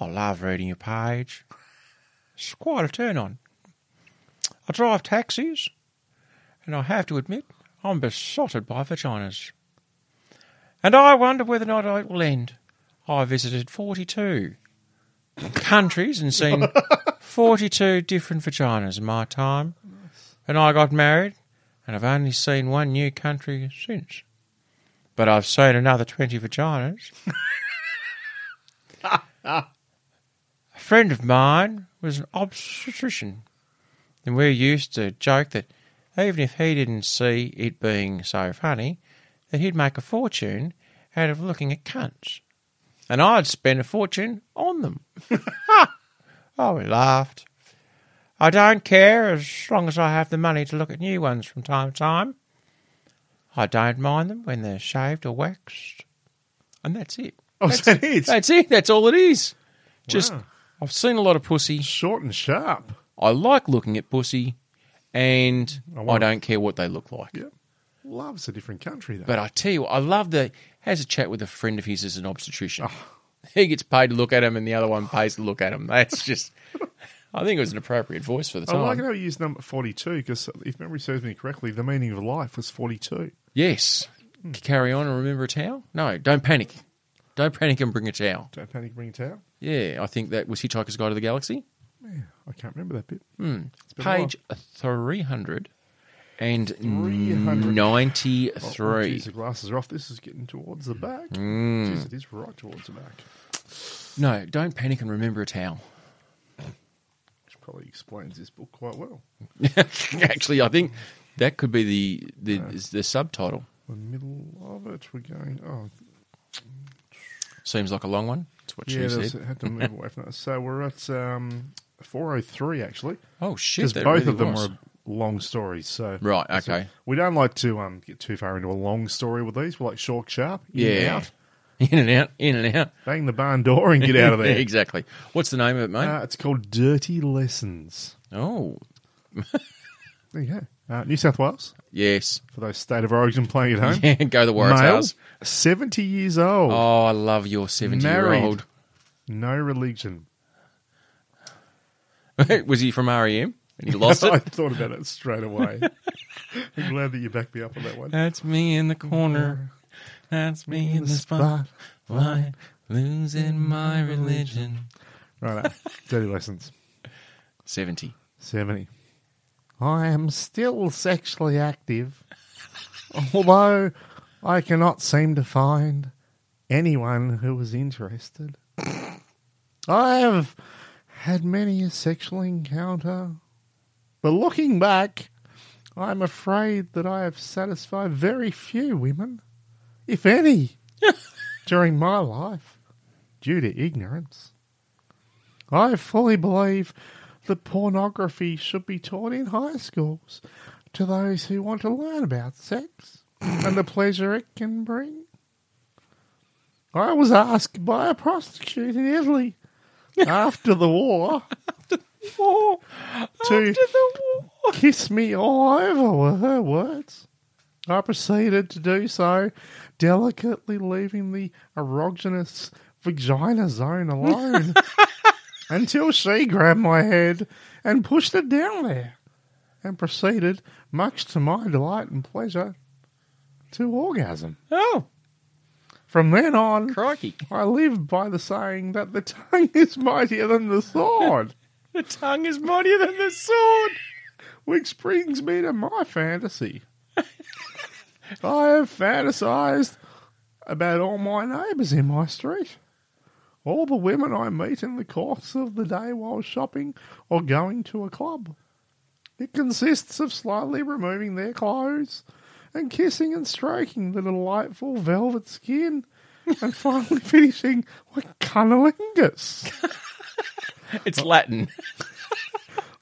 B: I love reading your page. It's quite a turn on. I drive taxis, and I have to admit, I'm besotted by vaginas. And I wonder whether or not it will end. I visited 42 countries and seen 42 different vaginas in my time. And I got married, and I've only seen one new country since. But I've seen another 20 vaginas. A friend of mine was an obstetrician, and we used to joke that even if he didn't see it being so funny, that he'd make a fortune out of looking at cunts, and I'd spend a fortune on them. oh, we laughed. I don't care as long as I have the money to look at new ones from time to time. I don't mind them when they're shaved or waxed. And that's it.
C: Oh, so it's
B: That's it. That's all it is. Just
C: Wow.
B: I've seen a lot of pussy.
C: short and sharp.
B: I like looking at pussy, and
C: I
B: I,
C: want-
B: don't care what they look like.
C: Yep. Loves a different country, though.
B: But I tell you, what, I love that. Has a chat with a friend of his as an obstetrician.
C: Ah.
B: He gets paid to look at him, and the other one pays to look at him. That's just. I think it was an appropriate voice for the
C: I
B: time.
C: like how you used number 42 because if memory serves me correctly, the meaning of life was 42.
B: Yes.
C: Hmm.
B: Carry on and remember a towel. No, don't panic. Don't panic and bring a towel.
C: Don't panic, bring it out.
B: Yeah, I think that was Hitchhiker's Guide to the Galaxy.
C: Man, I can't remember that bit. It's been a
B: Hmm. Page three hundred and
C: 300. while. Oh, oh,
B: ninety-three.
C: geez, the glasses are off. This is getting towards the back.
B: Hmm.
C: Jeez, it is right towards the back.
B: No, don't panic and remember a towel.
C: Which probably explains this book quite well.
B: Actually, I think that could be the the, the subtitle.
C: The middle of it, we're going. Oh,
B: Seems like a long one. That's what
C: yeah,
B: she
C: that's-
B: said.
C: had to move away from that. So we're at um, 403 actually,
B: Oh shit!
C: because
B: that
C: both
B: really
C: of them
B: was.
C: are long stories. So
B: Right,
C: so
B: okay.
C: we don't like to um, get too far into a long story with these. We're like short, sharp, in and
B: yeah,
C: out,
B: in and out, in and out.
C: bang the barn door and get out of there.
B: exactly. What's the name of it, mate?
C: Uh, it's called Dirty Lessons.
B: oh,
C: There you go. Uh, New South Wales
B: yes.
C: for those state of origin playing at home.
B: Yeah, go the
C: Male,
B: Waratahs.
C: 70 years old.
B: Oh, I love your seventy-year-old.
C: No religion.
B: was he from REM? And he lost
C: I
B: it.
C: thought about it straight away. I'm glad that you backed me up on that one.
B: That's me in the corner. That's me in the spot. blind, losing my religion.
C: Right, dirty lessons.
B: 70.
C: 70. I am still sexually active, although I cannot seem to find anyone who is interested. I have had many a sexual encounter, but looking back, I'm afraid that I have satisfied very few women, if any, during my life due to ignorance. I fully believe that pornography should be taught in high schools to those who want to learn about sex and the pleasure it can bring. I was asked by a prostitute in Italy after the war to kiss me all over were her words. I proceeded to do so, delicately leaving the erogenous vagina zone alone until she grabbed my head and pushed it down there and proceeded, much to my delight and pleasure, to orgasm.
B: Oh,
C: From then on,
B: crikey.
C: I lived by the saying that the tongue is mightier than the sword,
B: The tongue is mightier than the sword.
C: which brings me to my fantasy. I have fantasized about all my neighbours in my street. All the women I meet in the course of the day while shopping or going to a club. It consists of slightly removing their clothes and kissing and stroking the delightful velvet skin and finally finishing with cunnilingus.
B: It's Latin.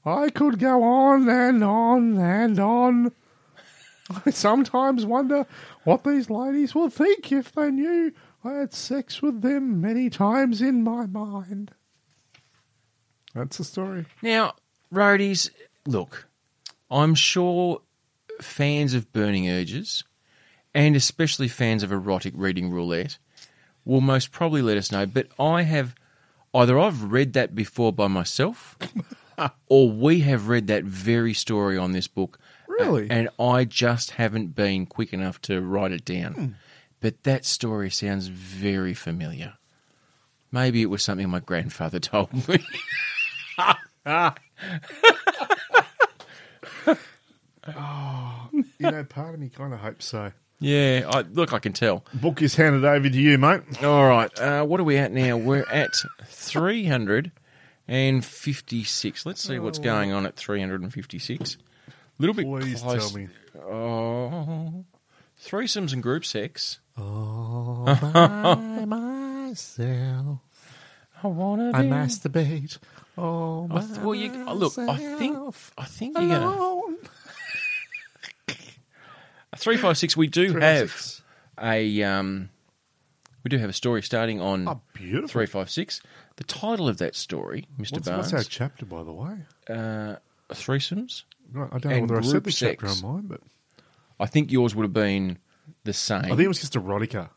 C: I could go on and on and on. I sometimes wonder what these ladies will think if they knew I had sex with them many times in my mind. That's the story.
B: Now, roadies, look, I'm sure fans of Burning Urges, and especially fans of erotic reading roulette, will most probably let us know. But I have either I've read that before by myself, or we have read that very story on this book.
C: Really?
B: And I just haven't been quick enough to write it down. But that story sounds very familiar. Maybe it was something my grandfather told me.
C: You know, part of me kind of hopes so.
B: yeah, I, look, I can tell.
C: Book is handed over to you, mate.
B: All right. Uh, what are we at now? We're at 356. Let's see what's going on at 356. A little bit
C: Please
B: close.
C: tell me.
B: Oh. Threesomes and group sex.
C: All by myself,
B: I want
C: I masturbate. All by
B: well, you, oh, look, I think
C: myself,
B: I think you're gonna
C: alone.
B: three five six. We do
C: Three, five,
B: have
C: six.
B: a um, we do have a story starting on
C: Oh, beautiful.
B: three five six. The title of that story, Mister
C: What's,
B: Barnes,
C: what's our chapter, by the way?
B: uh, threesomes.
C: Right, I don't know
B: And
C: whether I said
B: group
C: the chapter
B: sex.
C: on mine, but
B: I think yours would have been the same.
C: I think it was just erotica.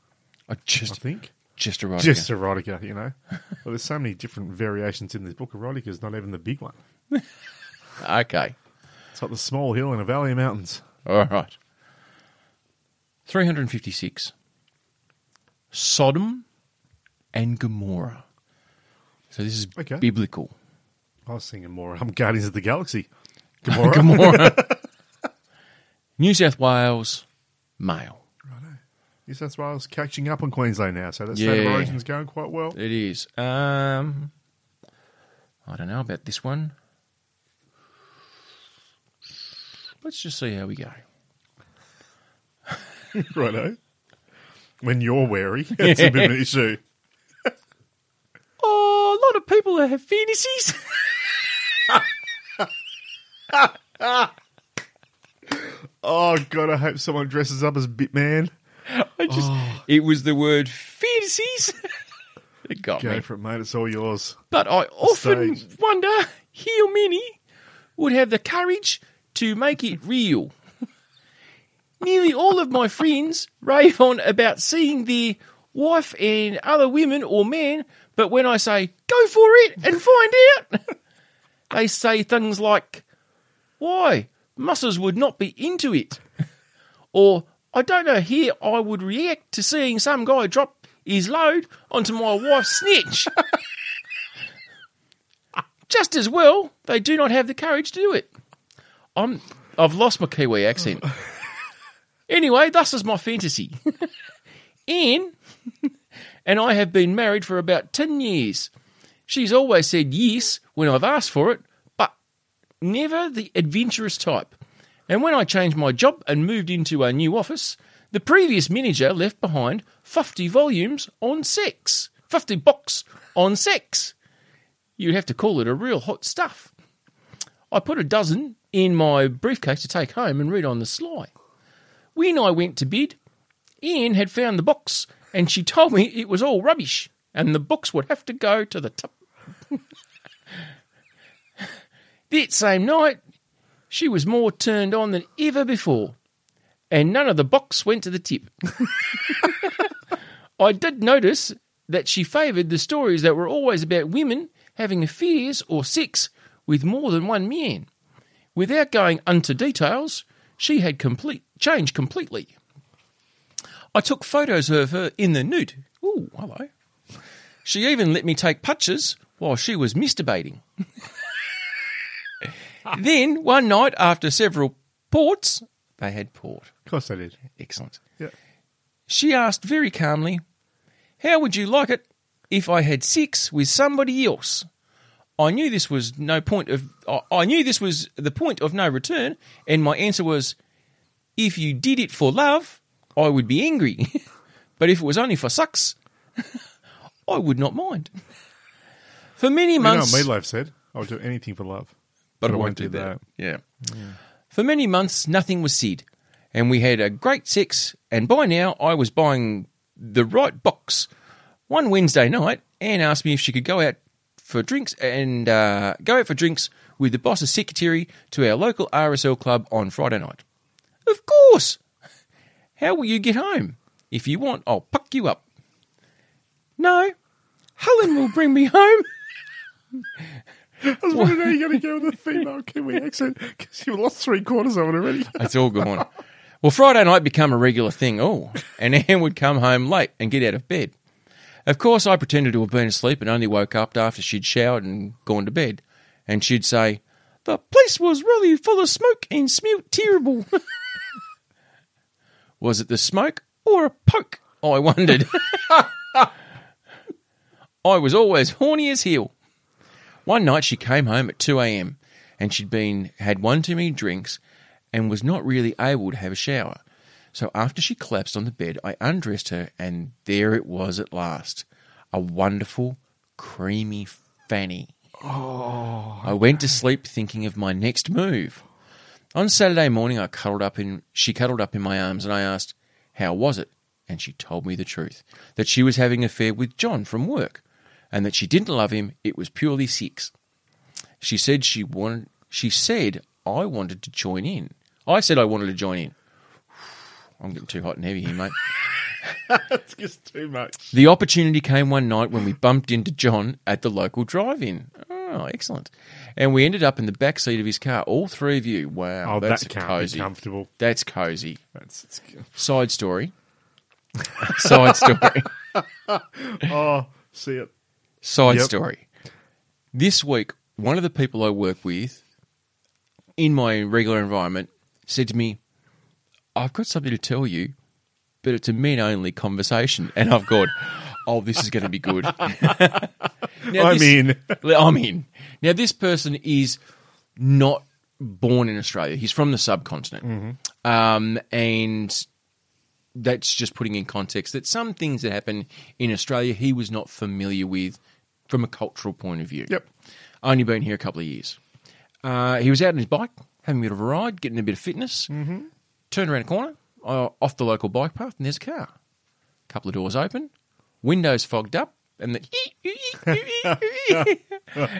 B: I
C: I
B: just
C: think
B: Just erotica.
C: just erotica. You know, well, there's so many different variations in this book. Erotica is not even the big one.
B: okay.
C: It's like the small hill in a valley of mountains.
B: All right. 356. Sodom and Gomorrah. So this is
C: Okay.
B: biblical.
C: I was thinking more. I'm Guardians of the Galaxy. Gamora.
B: Gomorrah. New South Wales, male.
C: Yes, that's why I was catching up on Queensland now. So that state
B: Yeah.
C: of origin is going quite well.
B: It is. Um, I don't know about this one. Let's just see how we go.
C: Righto. eh? When you're wary, it's a bit of an issue.
B: Oh, a lot of people that have fantasies.
C: Oh God, I hope someone dresses up as Bitman.
B: I just it was the word fantasies. it got
C: Go
B: me.
C: for it, mate. It's all yours.
B: But I often
C: stage.
B: wonder how many would have the courage to make it real. Nearly all of my friends rave on about seeing their wife and other women or men, but when I say go for it and find out, they say things like, "Why, muscles would not be into it," or "I don't know here I would react to seeing some guy drop his load onto my wife's snitch. Just as well, they do not have the courage to do it. I'm, I've lost my Kiwi accent. anyway, thus is my fantasy. Anne and I have been married for about 10 years. She's always said yes when I've asked for it, but never the adventurous type. And when I changed my job and moved into a new office, the previous manager left behind 50 volumes on sex. 50 books on sex. You'd have to call it a real hot stuff. I put a dozen in my briefcase to take home and read on the sly. When I went to bed, Ian had found the box and she told me it was all rubbish and the books would have to go to the top. that same night, she was more turned on than ever before and none of the books went to the tip. I did notice that she favoured the stories that were always about women having affairs or sex with more than one man. Without going into details, she had complete changed completely. I took photos of her in the nude. Ooh, hello. She even let me take pictures while she was masturbating. then one night after several ports, they had port.
C: Of course I did.
B: Excellent.
C: Yeah.
B: She asked very calmly, How would you like it if I had sex with somebody else? I knew this was no point of I, I knew this was the point of no return, and my answer was if you did it for love, I would be angry. but if it was only for sucks, I would not mind. For many
C: You know what
B: months
C: Meatloaf said? I would do anything for love.
B: but I won't do that. Yeah. For many months, nothing was said, and we had a great sex. And by now, I was buying the right box. One Wednesday night, Anne asked me if she could go out for drinks and uh, go out for drinks with the boss's secretary to our local RSL club on Friday night. Of course. How will you get home? If you want, I'll puck you up. No, Helen will bring me home.
C: I was wondering how you're going to go with a female Kiwi accent because you lost three quarters of it already.
B: It's all gone. well, Friday night became a regular thing. Oh, and Anne would come home late and get out of bed. Of course, I pretended to have been asleep and only woke up after she'd showered and gone to bed. And she'd say, "The place was really full of smoke and smelt terrible." was it the smoke or a poke? I wondered. I was always horny as hell. One night she came home at 2 a.m. and she'd been had one too many drinks and was not really able to have a shower. So after she collapsed on the bed, I undressed her and there it was at last. A wonderful creamy fanny. Oh. I went to sleep thinking of my next move. On Saturday morning I cuddled up in she cuddled up in my arms and I asked, "How was it?" And she told me the truth, that she was having an affair with John from work and that she didn't love him, it was purely sex. She said she wanted. She said I wanted to join in. I said I wanted to join in. I'm getting too hot and heavy here, mate.
C: That's just too much.
B: The opportunity came one night when we bumped into John at the local drive-in. Oh, excellent! And we ended up in the back seat of his car, all three of you. Wow,
C: Oh,
B: that's
C: that can't
B: cozy.
C: be comfortable.
B: That's cozy.
C: That's, it's,
B: Side story. Side story.
C: oh, see it.
B: Side
C: Yep.
B: story. This week, one of the people I work with in my regular environment said to me, I've got something to tell you, but it's a men only conversation. And I've gone, oh, this is going to be good. Now,
C: I
B: this-
C: mean,
B: I'm in. Now, this person is not born in Australia. He's from the subcontinent. Um, and that's just putting in context that some things that happen in Australia he was not familiar with from a cultural point of view.
C: Yep.
B: Only been here a couple of years. Uh, he was out on his bike, having a bit of a ride, getting a bit of fitness. Mm-hmm. Turned around a corner, uh, off the local bike path, and there's a car. couple of doors open, windows fogged up, and the.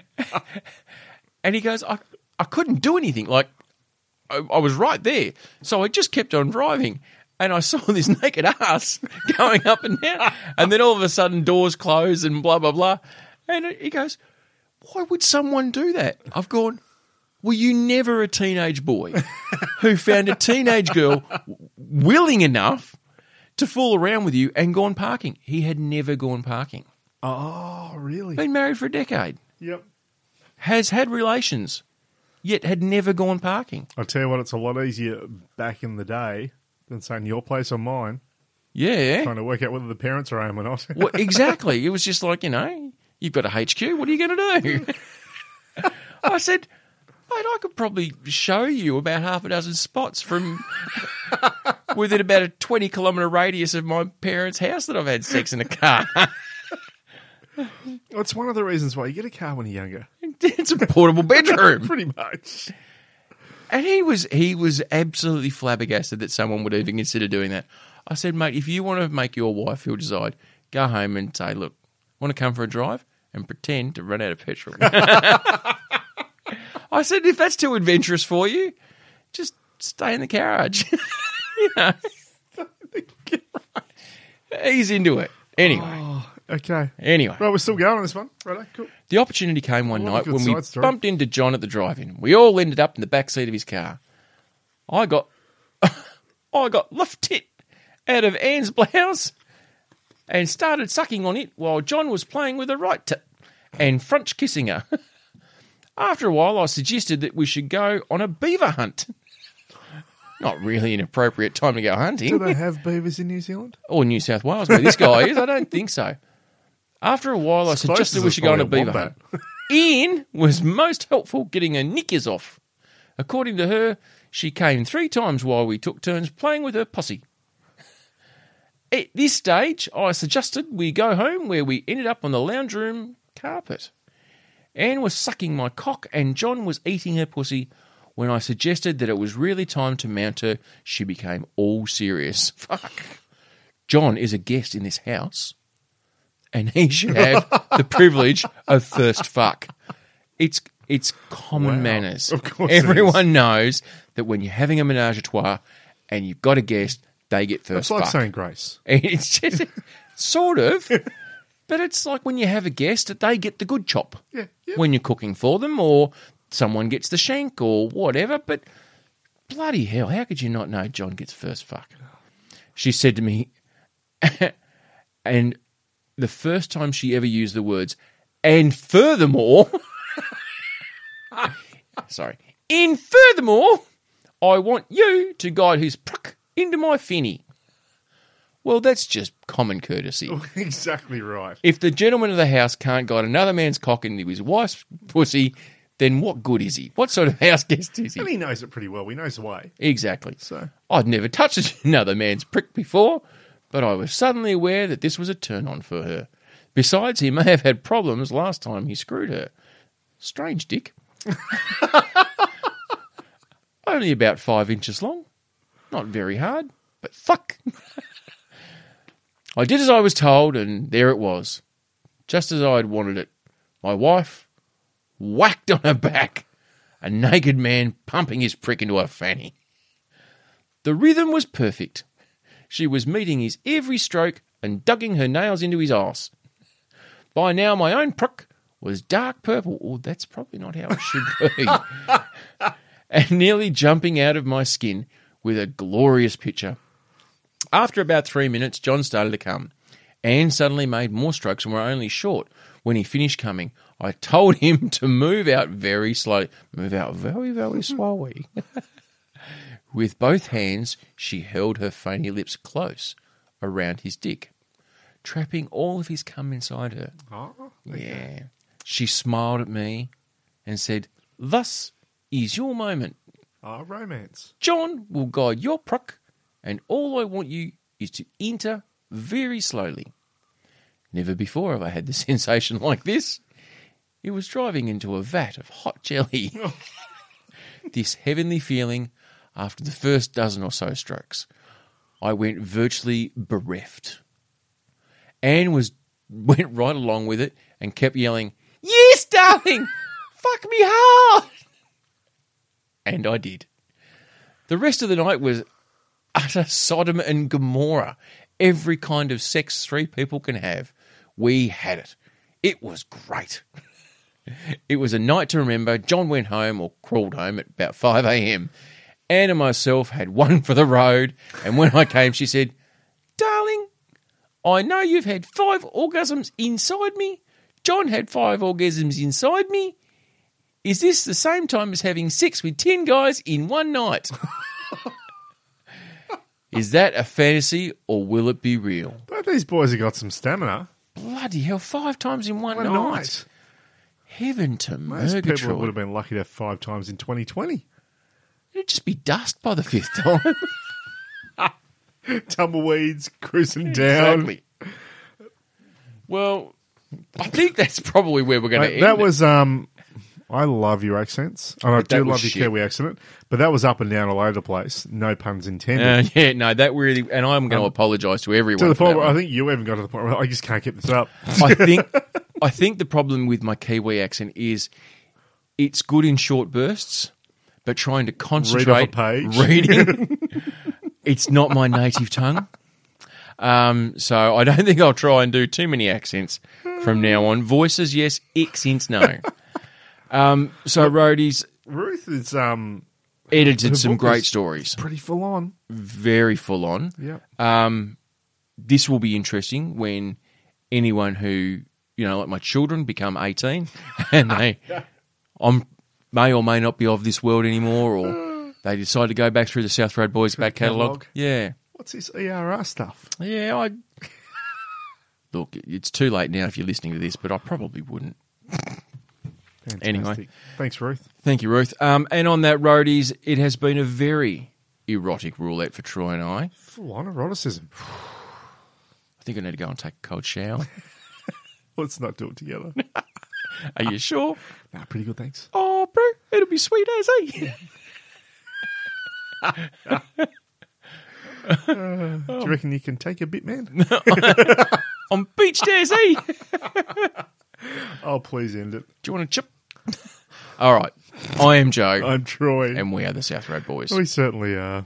B: and he goes, I, I couldn't do anything. Like, I, I was right there. So I just kept on driving and I saw this naked ass going up and down. And then all of a sudden, doors close and blah, blah, blah. And he goes, Why would someone do that? I've gone, Were you never a teenage boy who found a teenage girl willing enough to fool around with you and gone parking. He had never gone parking.
C: Oh, really?
B: Been married for a decade.
C: Yep.
B: Has had relations, yet had never gone parking.
C: I tell you what, it's a lot easier back in the day than saying your place or mine,
B: Yeah.
C: trying to work out whether the parents are home or not.
B: Well, exactly. It was just like, you know, you've got a HQ. What are you going to do? I said, mate, I could probably show you about half a dozen spots from within about a 20 kilometre radius of my parents' house that I've had sex in a car.
C: It's one of the reasons why you get a car when you're younger,
B: it's a portable bedroom.
C: pretty much.
B: And he was he was absolutely flabbergasted that someone would even consider doing that. I said, mate, if you want to make your wife feel desired, go home and say, look, want to come for a drive and pretend to run out of petrol. I said, if that's too adventurous for you, just stay in the carriage. you know. He's into it. Anyway,
C: Oh, okay.
B: anyway.
C: Right, we're still going on this one. Right, cool.
B: The opportunity came one
C: What a
B: night
C: Oh, good
B: when we
C: side story.
B: bumped into John at the drive-in. We all ended up in the back seat of his car. I got, I got lifted out of Anne's blouse and started sucking on it while John was playing with her right tit and French kissing her. After a while, I suggested that we should go on a beaver hunt. Not really an appropriate time to go hunting
C: Do they have beavers in New Zealand?
B: or New South Wales where this guy is. I don't think so. After a while, I
C: close
B: suggested
C: as
B: we
C: it's
B: should go on a
C: probably a
B: beaver hunt.
C: wombat.
B: Ian was most helpful getting her knickers off. According to her, she came three times while we took turns playing with her posse. At this stage, I suggested we go home where we ended up on the lounge room carpet. Anne was sucking my cock and John was eating her pussy. When I suggested that it was really time to mount her, she became all serious. Fuck. John is a guest in this house and he should have the privilege of first fuck. It's it's common
C: Wow.
B: manners.
C: Of course it is.
B: Everyone knows that when you're having a menage a trois and you've got a guest, they get first
C: It's like
B: fuck.
C: saying grace.
B: It's just sort of, but it's like when you have a guest that they get the good chop
C: Yeah, yeah.
B: when you're cooking for them, or someone gets the shank or whatever. But bloody hell, how could you not know John gets first fuck? She said to me, and the first time she ever used the words, and furthermore, sorry, in furthermore, I want you to guide his prick into my finny. Well, that's just common courtesy.
C: exactly right.
B: If the gentleman of the house can't guide another man's cock into his wife's pussy, then what good is he? What sort of house guest is
C: And
B: he?
C: he knows it pretty well. He knows the way.
B: Exactly.
C: So
B: I'd never touched another man's prick before, but I was suddenly aware that this was a turn on for her. Besides, he may have had problems last time he screwed her. Strange dick. Only about five inches long. Not very hard, but fuck. I did as I was told, and there it was. Just as I had wanted it. My wife whacked on her back, a naked man pumping his prick into her fanny. The rhythm was perfect. She was meeting his every stroke and dugging her nails into his arse. By now, my own prick was dark purple. Oh, that's probably not how it should be. and nearly jumping out of my skin with a glorious picture. After about three minutes, John started to come. Anne suddenly made more strokes and were only short. When he finished coming, I told him to move out very slowly. Move out very, very slowly. With both hands, she held her fanny lips close around his dick, trapping all of his cum inside her.
C: oh,
B: Yeah. She smiled at me and said, Thus is your moment.
C: oh, romance.
B: John will guide your proc, and all I want you is to enter very slowly. Never before have I had the sensation like this. It was driving into a vat of hot jelly. this heavenly feeling after the first dozen or so strokes. I went virtually bereft. Anne was went right along with it and kept yelling, Yes, darling! Fuck me hard! And I did. The rest of the night was utter Sodom and Gomorrah. Every kind of sex three people can have. We had it. It was great. it was a night to remember. John went home or crawled home at about 5 a.m. Anne and myself had one for the road. And when I came, she said, Darling, I know you've had five orgasms inside me. John had five orgasms inside me. Is this the same time as having sex with 10 guys in one night? Is that a fantasy or will it be real?
C: But these boys have got some stamina.
B: Bloody hell, five times in one,
C: One
B: night.
C: night.
B: Heaven to
C: Most people would
B: purgatory.
C: have been lucky to have five times in 2020.
B: It'd just be dust by the fifth time.
C: Tumbleweeds cruising down.
B: Well, I think that's probably where we're going to
C: Mate,
B: end.
C: that
B: it.
C: was um. I love your accents, and I
B: that
C: do
B: was
C: love your
B: shit.
C: Kiwi accent. But that was up and down all over the place. No puns intended.
B: Uh, yeah, no, that really, and I'm going to apologise to everyone.
C: Um, to the
B: for
C: point
B: that
C: where
B: one.
C: I think you even got to the point where I just can't keep this up.
B: I think I think the problem with my Kiwi accent is it's good in short bursts, but trying to concentrate
C: page.
B: reading, it's not my native tongue. Um, so I don't think I'll try and do too many accents from now on. Voices, yes. Accents, no. Um, so Rhodey's
C: Ruth is um
B: edited some
C: book
B: great
C: is-
B: stories,
C: pretty full on.
B: very full on.
C: Yeah,
B: this will be interesting when anyone who you know, like my children, become eighteen and they, I'm may or may not be of this world anymore, or they decide to go back through the South Road Boys back catalogue.
C: catalogue.
B: Yeah,
C: what's this ERR stuff?
B: yeah. I look, it's too late now if you're listening to this, but I probably wouldn't. Anyway.
C: Fantastic. thanks, Ruth.
B: Thank you, Ruth. Um, and on that, roadies, it has been a very erotic roulette for Troy and I.
C: Full on eroticism.
B: I think I need to go and take a cold shower.
C: Let's not do it together.
B: Are you sure?
C: nah, pretty good, thanks.
B: Oh, bro, it'll be sweet as eh?
C: Do you reckon you can take a bit, man?
B: on beach days, eh? Do
C: oh, please end it.
B: you want to chip? All right. I am Joe,
C: I'm Troy.
B: and we are the South Road Boys.
C: we certainly are.